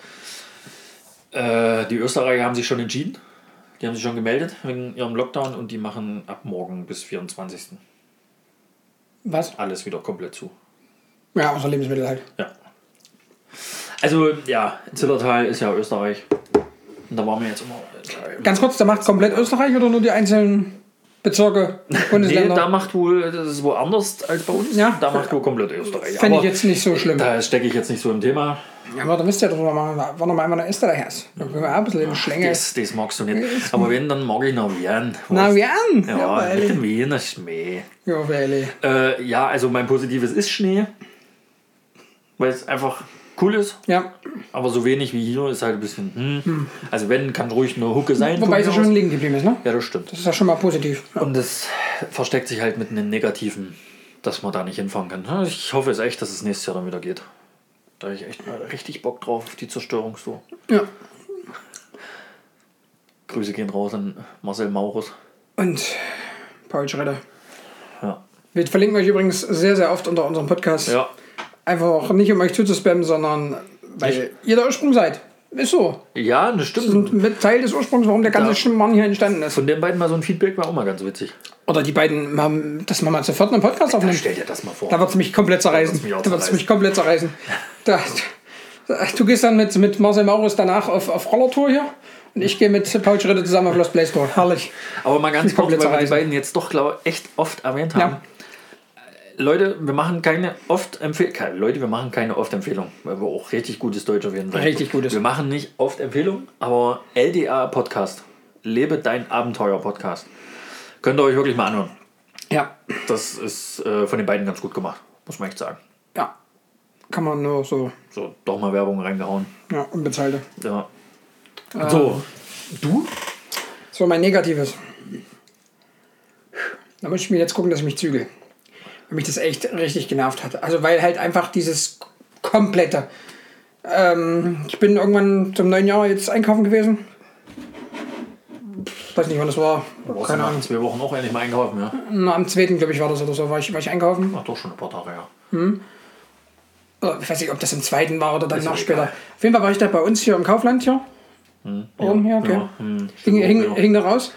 [SPEAKER 2] Äh, die Österreicher haben sich schon entschieden. Die haben sich schon gemeldet wegen ihrem Lockdown und die machen ab morgen bis 24.
[SPEAKER 1] Was?
[SPEAKER 2] alles wieder komplett zu.
[SPEAKER 1] Ja, außer Lebensmittel halt.
[SPEAKER 2] Ja. Also, ja, Zillertal ist ja Österreich. Und da waren wir jetzt immer. äh,
[SPEAKER 1] Ganz kurz, der macht komplett Österreich oder nur die einzelnen
[SPEAKER 2] *laughs*
[SPEAKER 1] Bezirke,
[SPEAKER 2] Nee, da
[SPEAKER 1] Bundesländer?
[SPEAKER 2] macht wohl, das ist woanders als bei uns.
[SPEAKER 1] Ja.
[SPEAKER 2] Da macht wohl komplett Österreich.
[SPEAKER 1] Fände ich
[SPEAKER 2] Aber
[SPEAKER 1] jetzt nicht so schlimm.
[SPEAKER 2] Da stecke ich jetzt nicht so im Thema.
[SPEAKER 1] Ja, aber da müsst ihr drüber machen, wann noch mal einmal nach Österreich ist. Da können wir auch ein bisschen in die Schlänge.
[SPEAKER 2] Das, das magst du nicht. Aber wenn, dann mag ich noch Wien.
[SPEAKER 1] Na, wir an!
[SPEAKER 2] Ja,
[SPEAKER 1] Ja,
[SPEAKER 2] mit
[SPEAKER 1] Weli.
[SPEAKER 2] dem Wiener Schmäh.
[SPEAKER 1] Ja, Weli.
[SPEAKER 2] Äh, ja, also mein Positives ist Schnee. Weil es einfach cool ist.
[SPEAKER 1] Ja.
[SPEAKER 2] Aber so wenig wie hier ist halt ein bisschen. Hm. Also, wenn, kann ruhig eine Hucke sein.
[SPEAKER 1] Wobei
[SPEAKER 2] von
[SPEAKER 1] es ja
[SPEAKER 2] mir
[SPEAKER 1] schon
[SPEAKER 2] aus.
[SPEAKER 1] liegen geblieben ist, ne?
[SPEAKER 2] Ja, das stimmt.
[SPEAKER 1] Das ist ja schon mal positiv.
[SPEAKER 2] Und das versteckt sich halt mit einem Negativen, dass man da nicht hinfahren kann. Ich hoffe es echt, dass es nächstes Jahr dann wieder geht. Da habe ich echt mal richtig Bock drauf, auf die Zerstörungstour.
[SPEAKER 1] Ja.
[SPEAKER 2] Grüße gehen raus an Marcel Maurus.
[SPEAKER 1] Und Paul Schredder.
[SPEAKER 2] Ja.
[SPEAKER 1] Wir verlinken euch übrigens sehr, sehr oft unter unserem Podcast.
[SPEAKER 2] ja.
[SPEAKER 1] Einfach nicht, um euch zuzuspammen, sondern weil ihr der Ursprung seid. Ist so.
[SPEAKER 2] Ja, das
[SPEAKER 1] Und
[SPEAKER 2] stimmt.
[SPEAKER 1] mit Teil des Ursprungs, warum der ganze
[SPEAKER 2] Da-
[SPEAKER 1] Schmarrn hier entstanden ist.
[SPEAKER 2] Von den beiden mal so ein Feedback war auch mal ganz witzig.
[SPEAKER 1] Oder die beiden, haben- dass man mal zu vierten einen Podcast
[SPEAKER 2] Dann
[SPEAKER 1] aufnimmt.
[SPEAKER 2] stell dir das mal vor.
[SPEAKER 1] Da wird es mich komplett zerreißen.
[SPEAKER 2] Da wird's mich auch
[SPEAKER 1] Da wird es
[SPEAKER 2] zerreißen.
[SPEAKER 1] mich komplett zerreißen. Da, da, du gehst dann mit, mit Marcel Maurus danach auf, auf Rollertour hier und ich gehe mit Paul Schritte zusammen auf Lost Place Tour. Herrlich.
[SPEAKER 2] Aber mal ganz
[SPEAKER 1] Mich
[SPEAKER 2] kurz,
[SPEAKER 1] komplett
[SPEAKER 2] weil wir die
[SPEAKER 1] zerreißen.
[SPEAKER 2] beiden jetzt doch, glaube ich, echt oft erwähnt haben. Äh,
[SPEAKER 1] Ja.
[SPEAKER 2] Leute, wir machen keine oft Empfehlung. Leute, wir machen keine oft Empfehlung, weil wir auch richtig gutes Deutsch auf jeden Fall.
[SPEAKER 1] Richtig gutes.
[SPEAKER 2] Wir machen nicht oft Empfehlung, aber LDA Podcast. Lebe dein Abenteuer Podcast. Könnt ihr euch wirklich mal anhören.
[SPEAKER 1] Ja.
[SPEAKER 2] Das ist äh, von den beiden ganz gut gemacht, muss man echt sagen.
[SPEAKER 1] Ja. Kann man nur so.
[SPEAKER 2] So, doch mal Werbung reingehauen.
[SPEAKER 1] Ja, unbezahlte.
[SPEAKER 2] Ja.
[SPEAKER 1] Äh.
[SPEAKER 2] So, du?
[SPEAKER 1] So mein Negatives. Da muss ich mir jetzt gucken, dass ich mich zügel. Weil mich das echt richtig genervt hat. Also weil halt einfach dieses komplette. Ähm, ich bin irgendwann zum neuen Jahr jetzt einkaufen gewesen. Weiß nicht, wann das war.
[SPEAKER 2] Brauchst du
[SPEAKER 1] Keine
[SPEAKER 2] nach
[SPEAKER 1] Ahnung.
[SPEAKER 2] zwei Wochen auch endlich mal einkaufen, ja?
[SPEAKER 1] Na, am zweiten, glaube ich, war das oder so. War ich, war ich einkaufen.
[SPEAKER 2] Ach, doch schon ein paar Tage, ja.
[SPEAKER 1] Oder ich weiß nicht, ob das im zweiten war oder dann
[SPEAKER 2] Ist
[SPEAKER 1] noch
[SPEAKER 2] ja
[SPEAKER 1] später.
[SPEAKER 2] egal. Hm.
[SPEAKER 1] Auf jeden Fall war ich da bei uns hier im Kaufland hier. Oben hier, okay.
[SPEAKER 2] ja, hm,
[SPEAKER 1] hing,
[SPEAKER 2] stimmt,
[SPEAKER 1] hing,
[SPEAKER 2] ja.
[SPEAKER 1] hing da raus.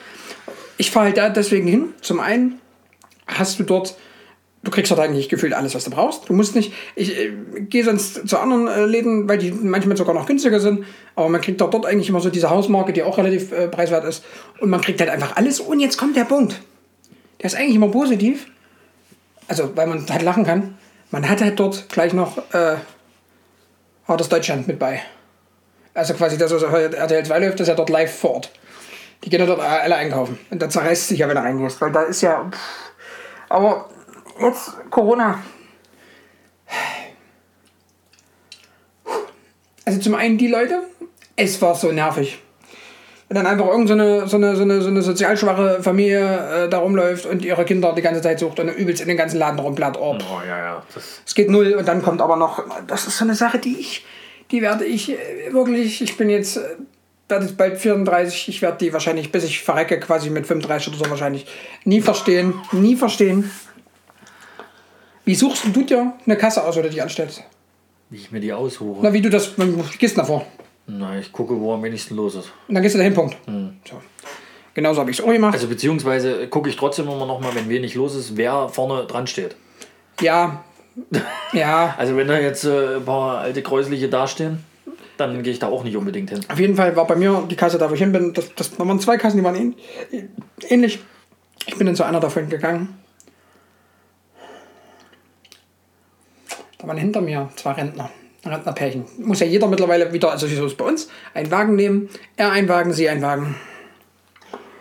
[SPEAKER 1] Ich fahre halt da deswegen hin. Zum einen hast du dort, du kriegst dort eigentlich gefühlt alles, was du brauchst. Du musst nicht, ich äh, gehe sonst zu anderen äh, Läden, weil die manchmal sogar noch günstiger sind. Aber man kriegt dort, dort eigentlich immer so diese Hausmarke, die auch relativ äh, preiswert ist. Und man kriegt halt einfach alles. Und jetzt kommt der Punkt. Der ist eigentlich immer positiv. Also, weil man halt lachen kann. Man hat halt dort gleich noch äh, hartes Deutschland mit bei. Also quasi das, was auf RTL 2 läuft, das ist ja dort live vor Ort. Die gehen ja dort alle einkaufen. Und da zerreißt sich ja, wenn du reingehst. Weil da ist ja. Pff. Aber jetzt Corona. Also zum einen die Leute, es war so nervig. Wenn dann einfach irgend so eine, so eine, so eine, so eine sozial schwache Familie äh, da rumläuft und ihre Kinder die ganze Zeit sucht und übelst in den ganzen Laden rumblatt. Oh,
[SPEAKER 2] Oh, ja, ja. Das
[SPEAKER 1] es geht null und dann kommt aber noch, das ist so eine Sache, die ich, die werde ich äh, wirklich, ich bin jetzt, äh, werde jetzt bald 34, ich werde die wahrscheinlich, bis ich verrecke, quasi mit 35 oder so wahrscheinlich, nie verstehen, nie verstehen. Wie suchst denn du dir eine Kasse aus, oder die anstellst?
[SPEAKER 2] wie ich mir die aussuche.
[SPEAKER 1] Na, wie du das, du gehst davor.
[SPEAKER 2] Na, ich gucke, wo am wenigsten los ist.
[SPEAKER 1] Und dann gehst du dahin, Punkt. So. Genauso habe ich es auch gemacht.
[SPEAKER 2] Also beziehungsweise gucke ich trotzdem immer noch mal, wenn wenig los ist, wer vorne dran steht.
[SPEAKER 1] ja. ja.
[SPEAKER 2] Also wenn da jetzt äh, ein paar alte Kräusliche dastehen, dann gehe ich da auch nicht unbedingt hin.
[SPEAKER 1] Auf jeden Fall war bei mir die Kasse, da wo ich hin bin, das, das waren zwei Kassen, die waren ähn, ähnlich. Ich bin dann zu einer davon gegangen. Da waren hinter mir zwei Rentner, Rentnerpärchen. Muss ja jeder mittlerweile wieder, also so ist es bei uns, einen Wagen nehmen. Er einen Wagen, sie einen Wagen.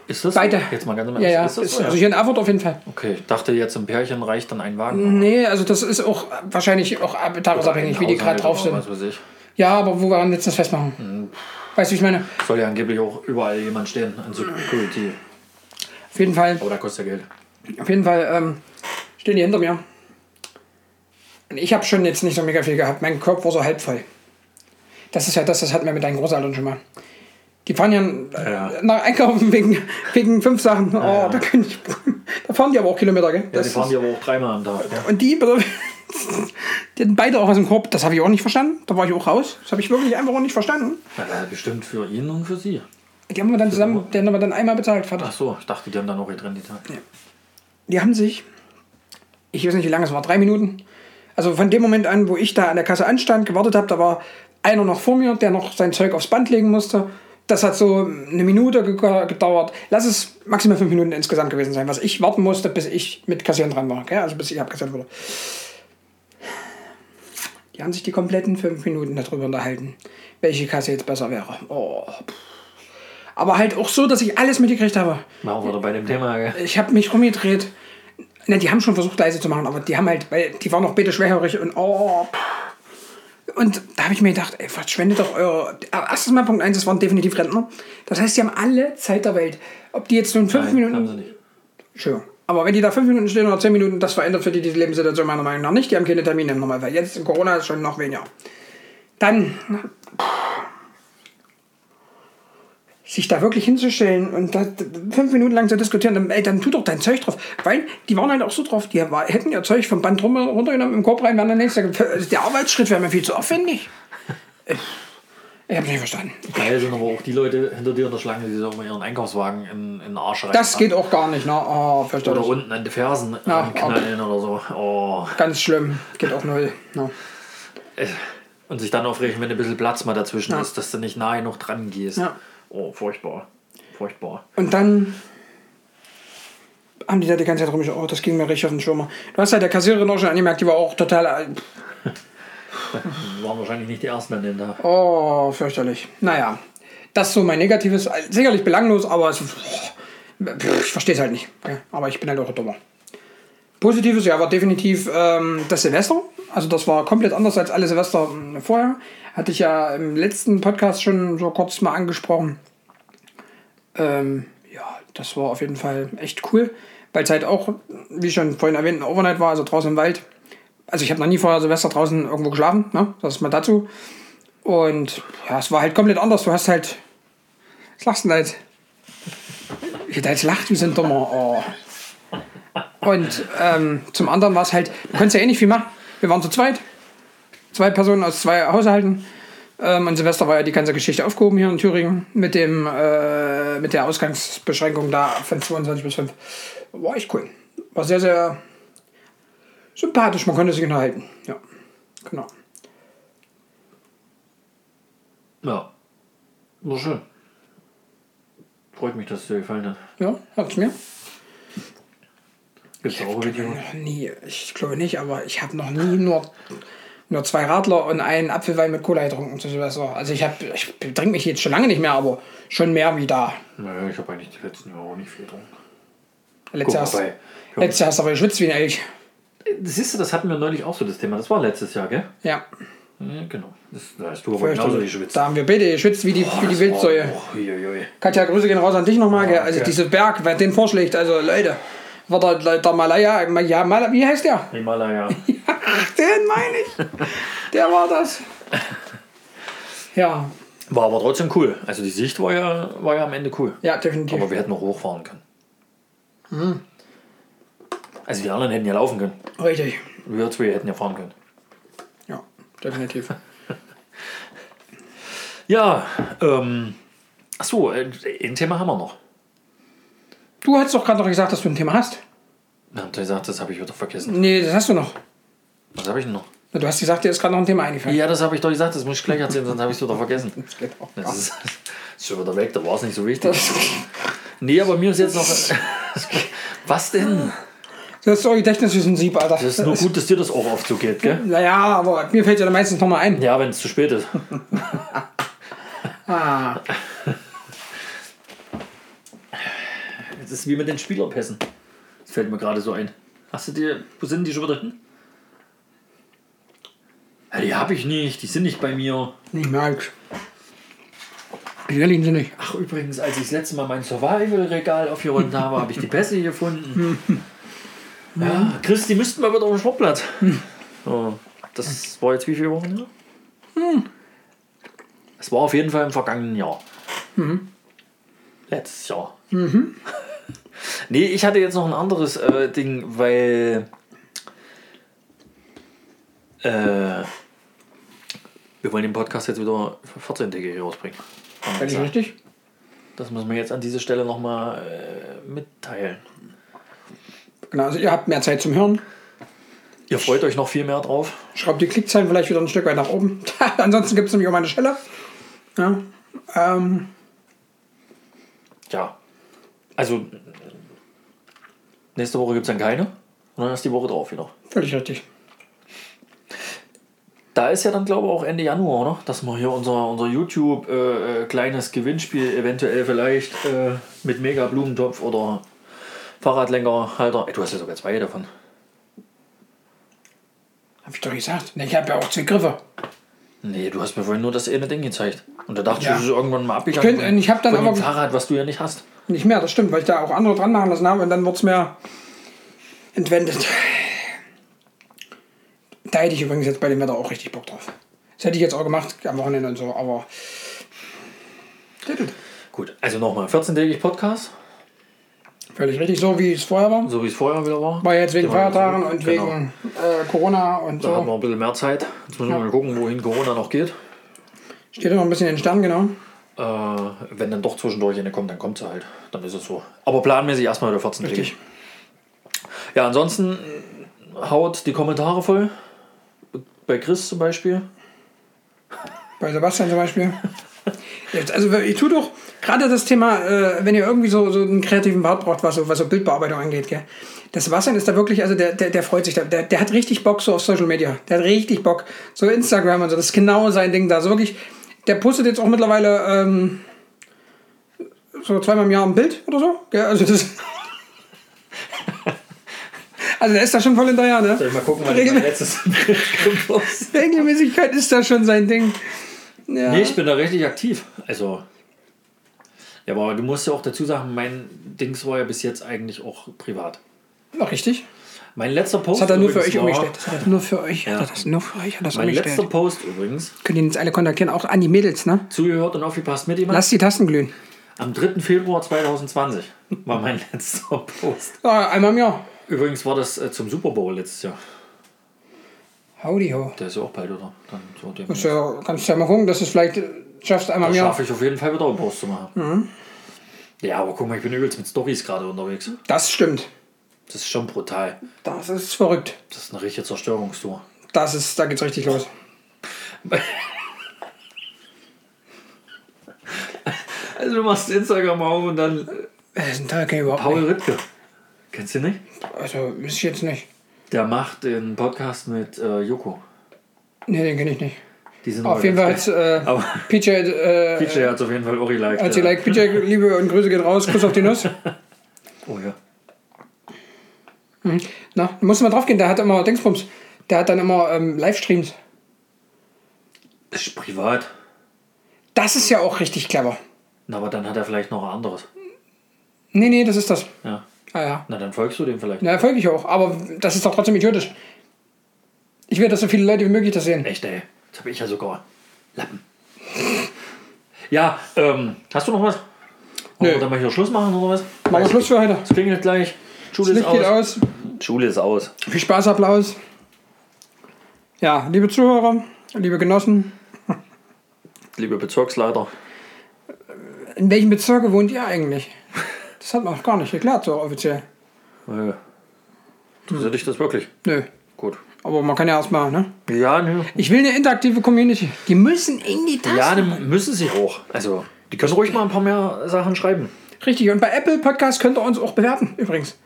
[SPEAKER 2] Ist das? so?
[SPEAKER 1] Beide.
[SPEAKER 2] Jetzt mal ganz im
[SPEAKER 1] Ja,
[SPEAKER 2] Ernst,
[SPEAKER 1] ja.
[SPEAKER 2] Ist das
[SPEAKER 1] ist,
[SPEAKER 2] so?
[SPEAKER 1] also hier in Erfurt auf jeden Fall.
[SPEAKER 2] Okay, ich dachte jetzt im Pärchen reicht dann ein Wagen.
[SPEAKER 1] Nee, also das ist auch wahrscheinlich auch ab- tagesabhängig, wie die gerade drauf sind.
[SPEAKER 2] halt Was Mhm. weiß ich.
[SPEAKER 1] Ja, aber wo waren jetzt das festmachen? Weißt du, wie ich meine?
[SPEAKER 2] Soll ja angeblich auch überall jemand stehen an Security.
[SPEAKER 1] Auf jeden Fall.
[SPEAKER 2] Aber da kostet ja Geld.
[SPEAKER 1] Auf jeden Fall ähm, stehen die hinter mir. Und ich habe schon jetzt nicht so mega viel gehabt. Mein Kopf war so halb voll. Das ist ja das, das hatten wir mit deinen Großeltern schon mal. Die fahren ja, äh,
[SPEAKER 2] Ja.
[SPEAKER 1] nach Einkaufen *laughs* wegen, wegen fünf Sachen. Oh,
[SPEAKER 2] Ja.
[SPEAKER 1] da kann ich. Da fahren die aber auch Kilometer, gell?
[SPEAKER 2] Ja,
[SPEAKER 1] Das
[SPEAKER 2] die fahren
[SPEAKER 1] ist-
[SPEAKER 2] ja aber auch dreimal am Tag. Ne?
[SPEAKER 1] Und die, *laughs* die hatten beide auch was im Korb. Das habe ich auch nicht verstanden. Da war ich auch raus. Das habe ich wirklich einfach auch nicht verstanden.
[SPEAKER 2] Ja, bestimmt für ihn und für sie.
[SPEAKER 1] Die haben wir dann zusammen, die haben wir dann einmal bezahlt, Vater.
[SPEAKER 2] Ach so, ich dachte, die haben dann auch getrennt die Tage.
[SPEAKER 1] die haben sich, ich weiß nicht wie lange es war, drei Minuten, also von dem Moment an, wo ich da an der Kasse anstand, gewartet habe, da war einer noch vor mir, der noch sein Zeug aufs Band legen musste. Das hat so eine Minute ge- gedauert. Lass es maximal fünf Minuten insgesamt gewesen sein, was ich warten musste, bis ich mit Kassieren dran war. Gell? Also bis ich abkassiert wurde. Die haben sich die kompletten fünf Minuten darüber unterhalten, welche Kasse jetzt besser wäre. Oh. pff. Aber halt auch so, dass ich alles mitgekriegt habe.
[SPEAKER 2] Machen wir doch bei dem Thema, gell?
[SPEAKER 1] Ich habe mich rumgedreht. Na, die haben schon versucht, leise zu machen, aber die haben halt, weil die waren noch bitte schwächerig und oh. pff. Und da habe ich mir gedacht, ey, verschwendet doch eure. Erstes Mal Punkt eins, das waren definitiv Rentner. Das heißt, die haben alle Zeit der Welt. Ob die jetzt nun fünf
[SPEAKER 2] Nein, haben
[SPEAKER 1] Minuten.
[SPEAKER 2] sie nicht.
[SPEAKER 1] Entschuldigung. Aber wenn die da fünf Minuten stehen oder zehn Minuten, das verändert für die die Lebenssituation meiner Meinung nach nicht. Die haben keine Termine im Normalfall. Jetzt in Corona ist schon noch weniger. Dann pff, sich da wirklich hinzustellen und da fünf Minuten lang zu diskutieren, dann, ey, dann tu doch dein Zeug drauf. Weil die waren halt auch so drauf, die war, hätten ihr Zeug vom Band rum, runtergenommen, im Korb rein, wären der nächste. Der Arbeitsschritt wäre mir viel zu aufwendig. Ich habe nicht verstanden.
[SPEAKER 2] Geil sind aber auch die Leute hinter dir in der Schlange, die sich auch mal ihren Einkaufswagen in, in den Arsch rein.
[SPEAKER 1] Das geht auch gar nicht, ne? Oh, verstehe
[SPEAKER 2] Oder
[SPEAKER 1] ich.
[SPEAKER 2] unten an die Fersen
[SPEAKER 1] Ja,
[SPEAKER 2] knallen oder so. Oh. äh,
[SPEAKER 1] Ganz schlimm. Geht auch null. Ne?
[SPEAKER 2] Und sich dann aufregen, wenn ein bisschen Platz mal dazwischen ist, dass du nicht nahe genug dran gehst.
[SPEAKER 1] Ja.
[SPEAKER 2] Oh, furchtbar. Furchtbar.
[SPEAKER 1] Und dann haben die da die ganze Zeit rumgeschaut. Oh, das ging mir richtig auf den Schirmer. Du hast ja der Kassiererin auch schon angemerkt, die war auch total.
[SPEAKER 2] Wir waren wahrscheinlich nicht die Ersten an dem Tag.
[SPEAKER 1] Oh, fürchterlich. Naja, das ist so mein Negatives. äh, Sicherlich belanglos, aber es, oh, pff, ich verstehe es halt nicht. Ja, Aber ich bin halt auch dummer. Positives, ja, war definitiv ähm, das Silvester. Also das war komplett anders als alle Silvester mh, vorher. Hatte ich ja im letzten Podcast schon so kurz mal angesprochen. Ähm, ja, das war auf jeden Fall echt cool, weil es halt auch, wie schon vorhin erwähnt, ein Overnight war, also draußen im Wald. Also ich habe noch nie vorher Silvester draußen irgendwo geschlafen, ne? das ist mal dazu. Und ja, es war halt komplett anders. Du hast halt. Was lachst du denn halt? Jeder jetzt lacht, wir sind dummer. Oh. Und ähm, zum anderen war es halt, du konntest ja eh nicht viel machen. Wir waren zu zweit. Zwei Personen aus zwei Haushalten. Ähm, und Silvester war ja die ganze Geschichte aufgehoben hier in Thüringen mit, dem, äh, mit der Ausgangsbeschränkung da von 22 bis 5. War echt cool. War sehr, sehr sympathisch. Man konnte sich unterhalten. Ja, genau.
[SPEAKER 2] Ja. War schön. Freut mich, dass es dir gefallen hat.
[SPEAKER 1] Ja, hat's mir.
[SPEAKER 2] Gibt es auch ein Video?
[SPEAKER 1] Noch nie, ich glaube nicht, aber ich habe noch nie nur, nur zwei Radler und einen Apfelwein mit Cola getrunken zu Silvester. Also ich, hab- ich trinke mich jetzt schon lange nicht mehr, aber schon mehr wie da.
[SPEAKER 2] Naja, ich habe eigentlich die letzten Jahre auch nicht viel getrunken.
[SPEAKER 1] Letztes Jahr,
[SPEAKER 2] Guck mal
[SPEAKER 1] hast,
[SPEAKER 2] bei.
[SPEAKER 1] letztes Jahr hast du aber geschwitzt wie ein Elch.
[SPEAKER 2] Äh, Siehst du, das hatten wir neulich auch so das Thema. Das war letztes Jahr, gell?
[SPEAKER 1] Ja,
[SPEAKER 2] Ja, genau. Das, da hast du aber genauso geschwitzt.
[SPEAKER 1] da haben wir beide geschwitzt wie die, wie die Wildsäue.
[SPEAKER 2] Oh, uiuiui.
[SPEAKER 1] Katja, Grüße gehen raus an dich nochmal. gell? also
[SPEAKER 2] okay.
[SPEAKER 1] diese Berg, wer den vorschlägt, also Leute. War der, der, der Malaya, ja, Mal, wie heißt der?
[SPEAKER 2] Himalaya.
[SPEAKER 1] Den meine
[SPEAKER 2] *laughs*
[SPEAKER 1] ich. Der war das. Ja,
[SPEAKER 2] War aber trotzdem cool. Also die Sicht war ja, war ja am Ende cool.
[SPEAKER 1] ja, definitiv.
[SPEAKER 2] Aber wir hätten noch hochfahren können.
[SPEAKER 1] Mhm.
[SPEAKER 2] Also die anderen hätten ja laufen können.
[SPEAKER 1] Richtig.
[SPEAKER 2] Wir zwei hätten ja fahren können.
[SPEAKER 1] Ja, definitiv.
[SPEAKER 2] Ja, ähm. Achso, ein ein Thema haben wir noch.
[SPEAKER 1] *laughs* Du hast doch gerade noch gesagt, dass du ein Thema hast.
[SPEAKER 2] Wir haben gesagt, das habe ich wieder vergessen.
[SPEAKER 1] Nee, das hast du noch.
[SPEAKER 2] Was habe ich denn noch?
[SPEAKER 1] Na, Du hast gesagt, dir ist gerade noch ein Thema eingefallen.
[SPEAKER 2] Ja, das habe ich doch gesagt, das muss ich gleich erzählen, sonst habe ich es wieder vergessen.
[SPEAKER 1] *laughs* Das geht auch
[SPEAKER 2] Das
[SPEAKER 1] gar
[SPEAKER 2] ist, *laughs* ist schon wieder weg, da war es nicht so wichtig.
[SPEAKER 1] nicht.
[SPEAKER 2] Nee, aber mir ist jetzt noch. *laughs* Was denn?
[SPEAKER 1] Das ist so Gedächtnis wie so ein Sieb, Alter.
[SPEAKER 2] Das ist nur gut, dass dir das auch oft so geht, gell?
[SPEAKER 1] *laughs* Naja, aber mir fällt ja dann meistens nochmal ein.
[SPEAKER 2] Ja, wenn es zu spät ist.
[SPEAKER 1] Ah,
[SPEAKER 2] Das ist wie mit den Spielerpässen. Das fällt mir gerade so ein. Hast du die, wo sind die schon wieder hin? Ja, die habe ich nicht, die sind nicht bei mir.
[SPEAKER 1] nicht merk's. Hier liegen sie nicht.
[SPEAKER 2] Ach, übrigens, als ich das letzte Mal mein Survival-Regal aufgeräumt habe, habe ich die Pässe gefunden. ja, Chris, die müssten mal wieder auf den Sportplatz. So, das war jetzt wie viele Wochen her? Es war auf jeden Fall im vergangenen Jahr. Letztes Jahr. *laughs* nee, ich hatte jetzt noch ein anderes äh, Ding, weil. Äh, wir wollen den Podcast jetzt wieder 14-tägig rausbringen. Haben wir
[SPEAKER 1] Völlig
[SPEAKER 2] gesagt.
[SPEAKER 1] richtig.
[SPEAKER 2] Das müssen wir jetzt an dieser Stelle nochmal äh, mitteilen.
[SPEAKER 1] Genau, also ihr habt mehr Zeit zum Hören.
[SPEAKER 2] Ihr freut euch noch viel mehr drauf.
[SPEAKER 1] Schraubt die Klickzahlen vielleicht wieder ein Stück weit nach oben. *laughs* Ansonsten gibt es nämlich auch mal eine Schelle. Ja. Ähm,
[SPEAKER 2] Ja. Also, nächste Woche gibt es dann keine. Und dann erst die Woche drauf wieder.
[SPEAKER 1] völlig richtig.
[SPEAKER 2] Da ist ja dann, glaube ich, auch Ende Januar, oder? Dass wir hier unser, unser YouTube-kleines Gewinnspiel eventuell vielleicht äh, mit Mega Blumentopf oder Fahrradlenkerhalter. Ey, du hast ja sogar zwei davon.
[SPEAKER 1] Hab ich doch gesagt. Ne, ich habe ja auch zwei Griffe.
[SPEAKER 2] Nee, du hast mir vorhin nur das eine Ding gezeigt. Und da dachte ich,
[SPEAKER 1] Ja.
[SPEAKER 2] das ist irgendwann mal
[SPEAKER 1] Ich
[SPEAKER 2] abgegangen.
[SPEAKER 1] könnte, ich habe dann
[SPEAKER 2] von dem
[SPEAKER 1] aber
[SPEAKER 2] Fahrrad, was du ja nicht hast.
[SPEAKER 1] nicht mehr, das stimmt, weil ich da auch andere dran machen lassen habe und dann wurde es mir entwendet. Da hätte ich übrigens jetzt bei dem Wetter auch richtig Bock drauf. Das hätte ich jetzt auch gemacht am Wochenende und so, aber.
[SPEAKER 2] Gut, also nochmal. 14-tägig Podcast,
[SPEAKER 1] Völlig richtig, so wie es vorher war.
[SPEAKER 2] so wie es vorher wieder war.
[SPEAKER 1] War jetzt wegen
[SPEAKER 2] Genau,
[SPEAKER 1] Feiertagen und
[SPEAKER 2] genau.
[SPEAKER 1] wegen äh, Corona und
[SPEAKER 2] Da haben wir
[SPEAKER 1] so.
[SPEAKER 2] ein bisschen mehr Zeit. Jetzt müssen wir mal gucken, wohin Corona noch geht.
[SPEAKER 1] Steht immer ein bisschen in den Stern, genau.
[SPEAKER 2] Äh, wenn dann doch zwischendurch eine kommt, dann kommt sie halt. Dann ist es so. Aber planmäßig erstmal wieder 14 tägig. Ja, ansonsten äh, haut die Kommentare voll. Bei Chris zum Beispiel.
[SPEAKER 1] Bei Sebastian zum
[SPEAKER 2] *laughs*
[SPEAKER 1] Beispiel. Jetzt, also ich tue doch gerade das Thema, äh, wenn ihr irgendwie so, so einen kreativen Part braucht, was so, was so Bildbearbeitung angeht, gell? Der Sebastian ist da wirklich, also der, der, der freut sich da. Der, der hat richtig Bock so auf Social Media. Der hat richtig Bock. So Instagram und so, das ist genau sein Ding da. So wirklich, der postet jetzt auch mittlerweile ähm, so zweimal im Jahr ein Bild oder so. Gell? Also das. *laughs* Also der ist da schon voll hinterher, ne? *laughs* Regelmä
[SPEAKER 2] letztes
[SPEAKER 1] Regelmäßigkeit ist da schon sein Ding. Ja.
[SPEAKER 2] Nee, ich bin da richtig aktiv. Also. Ja, aber du musst ja auch dazu sagen, mein Dings war ja bis jetzt eigentlich auch privat.
[SPEAKER 1] Na, richtig.
[SPEAKER 2] Mein letzter Post.
[SPEAKER 1] Das hat er nur für
[SPEAKER 2] übrigens
[SPEAKER 1] euch
[SPEAKER 2] war-
[SPEAKER 1] umgestellt. Das hat er nur für euch.
[SPEAKER 2] Ja.
[SPEAKER 1] Hat er das nur für euch hat er das
[SPEAKER 2] Mein letzter
[SPEAKER 1] umgestellt.
[SPEAKER 2] Post übrigens.
[SPEAKER 1] Könnt ihr jetzt alle kontaktieren, auch an die Mädels, ne?
[SPEAKER 2] Zugehört und aufgepasst mit jemand.
[SPEAKER 1] Lasst die Tasten glühen.
[SPEAKER 2] Am 3. Februar 2020 war mein *laughs* letzter Post.
[SPEAKER 1] Ah, einmal im Jahr.
[SPEAKER 2] Übrigens war das äh, zum Super Bowl letztes Jahr.
[SPEAKER 1] Howdy ho.
[SPEAKER 2] Der ist ja auch bald, oder? Dann so dem
[SPEAKER 1] Ist ja, kannst du ja mal gucken, dass du es vielleicht äh, schaffst, einmal im Jahr.
[SPEAKER 2] schaffe ich auf jeden Fall wieder einen Post zu machen. Ja, aber guck mal, ich bin übelst mit Stories gerade unterwegs.
[SPEAKER 1] Das stimmt.
[SPEAKER 2] Das ist schon brutal.
[SPEAKER 1] Das ist verrückt.
[SPEAKER 2] Das ist eine richtige Zerstörungstour.
[SPEAKER 1] Das ist, da geht's richtig los.
[SPEAKER 2] Also du machst Instagram auf und dann äh,
[SPEAKER 1] Das ist ein Teil, kenn ich überhaupt
[SPEAKER 2] Paul Rittke. Kennst du nicht?
[SPEAKER 1] nicht. Also, wüsste ich jetzt nicht.
[SPEAKER 2] Der macht den Podcast mit äh, Joko.
[SPEAKER 1] Nee, den kenne ich nicht.
[SPEAKER 2] Die sind
[SPEAKER 1] Auf
[SPEAKER 2] aber
[SPEAKER 1] jeden Fall
[SPEAKER 2] ganz
[SPEAKER 1] hat's, äh,
[SPEAKER 2] Aber-
[SPEAKER 1] PJ, äh,
[SPEAKER 2] *laughs* geil. PJ hat auf jeden Fall auch geliked.
[SPEAKER 1] als ihr
[SPEAKER 2] ja.
[SPEAKER 1] like, PJ, Liebe und Grüße gehen raus, Kuss auf die *laughs* Nuss.
[SPEAKER 2] Oh ja.
[SPEAKER 1] Na, da musst du mal drauf gehen, der hat immer Dingsbums. Der hat dann immer ähm, Livestreams.
[SPEAKER 2] Das ist privat.
[SPEAKER 1] Das ist ja auch richtig clever.
[SPEAKER 2] Na, aber dann hat er vielleicht noch ein anderes.
[SPEAKER 1] Nee, nee, das ist das.
[SPEAKER 2] Ja.
[SPEAKER 1] Ah ja.
[SPEAKER 2] Na, dann folgst du dem vielleicht.
[SPEAKER 1] Na, folge ich auch. Aber das ist doch trotzdem idiotisch. Ich will, dass so viele Leute wie möglich das sehen.
[SPEAKER 2] Echt, ey. Jetzt habe ich ja sogar Lappen. Ja, ähm, hast du noch was? Wollen
[SPEAKER 1] Nö.
[SPEAKER 2] wir dann mal hier Schluss machen oder was?
[SPEAKER 1] Machen wir Schluss für heute.
[SPEAKER 2] Es klingelt gleich. Schule
[SPEAKER 1] Das
[SPEAKER 2] ist
[SPEAKER 1] Licht
[SPEAKER 2] aus.
[SPEAKER 1] geht aus.
[SPEAKER 2] Schule ist aus.
[SPEAKER 1] Viel Spaß, Applaus. Ja, liebe Zuhörer, liebe Genossen,
[SPEAKER 2] Liebe Bezirksleiter.
[SPEAKER 1] in welchem Bezirk wohnt ihr eigentlich? Das hat man auch gar nicht geklärt, so offiziell.
[SPEAKER 2] Äh, Interessiert dich das wirklich?
[SPEAKER 1] Nö.
[SPEAKER 2] Gut.
[SPEAKER 1] Aber man kann ja erstmal, ne?
[SPEAKER 2] Ja, ne.
[SPEAKER 1] Ich will eine interaktive Community. Die müssen in die Tasten.
[SPEAKER 2] Ja, dann müssen sie auch. Also, die können ruhig mal ein paar mehr Sachen schreiben.
[SPEAKER 1] Richtig, und bei Apple Podcast könnt ihr uns auch bewerten, übrigens.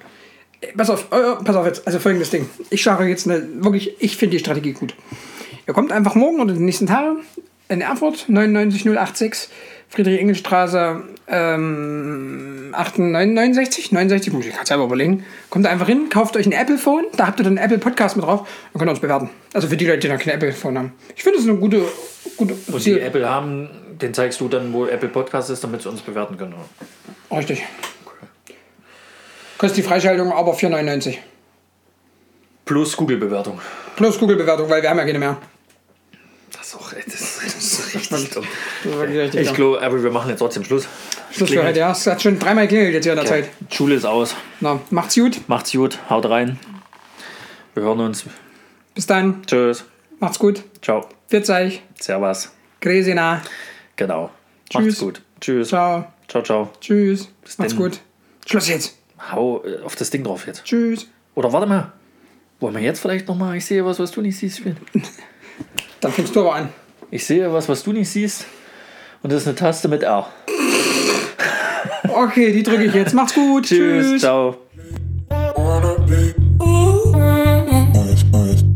[SPEAKER 1] Äh, Pass auf, äh, pass auf jetzt, also folgendes Ding. Ich sage jetzt eine, wirklich, ich finde die Strategie gut. Ihr kommt einfach morgen oder die nächsten Tage in Erfurt, 99086, Friedrich-Engel-Straße ähm, 869, 69, muss ich gerade selber überlegen. Kommt da einfach hin, kauft euch ein Apple-Phone, da habt ihr dann einen Apple Podcast mit drauf und könnt uns bewerten. Also für die Leute, die noch kein Apple-Phone haben. Ich finde, das ist eine gute, gute
[SPEAKER 2] Und die Apple haben, den zeigst du dann, wo Apple Podcast ist, damit sie uns bewerten können. oder?
[SPEAKER 1] Richtig. Kostet die Freischaltung aber 4,99.
[SPEAKER 2] Plus Google-Bewertung.
[SPEAKER 1] Plus Google-Bewertung, weil wir haben ja keine mehr. *laughs*
[SPEAKER 2] Das ist auch, ey, das, das, richtig dumm.
[SPEAKER 1] Das ist wirklich richtig
[SPEAKER 2] Ich
[SPEAKER 1] dumm.
[SPEAKER 2] glaube, aber wir machen jetzt trotzdem Schluss.
[SPEAKER 1] Schluss für heute, ja. Es hat schon dreimal geklingelt jetzt hier in der Zeit.
[SPEAKER 2] Schule ist aus.
[SPEAKER 1] Na, macht's gut.
[SPEAKER 2] Macht's gut. Haut rein. Wir hören uns.
[SPEAKER 1] Bis dann.
[SPEAKER 2] Tschüss.
[SPEAKER 1] Macht's gut.
[SPEAKER 2] Ciao.
[SPEAKER 1] Wird's euch.
[SPEAKER 2] Servus.
[SPEAKER 1] Gräsina.
[SPEAKER 2] Genau.
[SPEAKER 1] Tschüss.
[SPEAKER 2] Macht's gut. Tschüss.
[SPEAKER 1] Ciao.
[SPEAKER 2] Ciao, ciao.
[SPEAKER 1] Tschüss. Macht's
[SPEAKER 2] denn.
[SPEAKER 1] gut. Schluss jetzt.
[SPEAKER 2] Hau äh, auf das Ding drauf jetzt.
[SPEAKER 1] Tschüss.
[SPEAKER 2] Oder warte mal. Wollen wir jetzt vielleicht nochmal? Ich sehe was, was du nicht siehst, spielen.
[SPEAKER 1] Dann fängst du aber an.
[SPEAKER 2] Ich sehe was, was du nicht siehst. Und das ist eine Taste mit R.
[SPEAKER 1] Okay, die drücke ich jetzt. Macht's gut.
[SPEAKER 2] Tschüss. Ciao.
[SPEAKER 3] Alright, alright.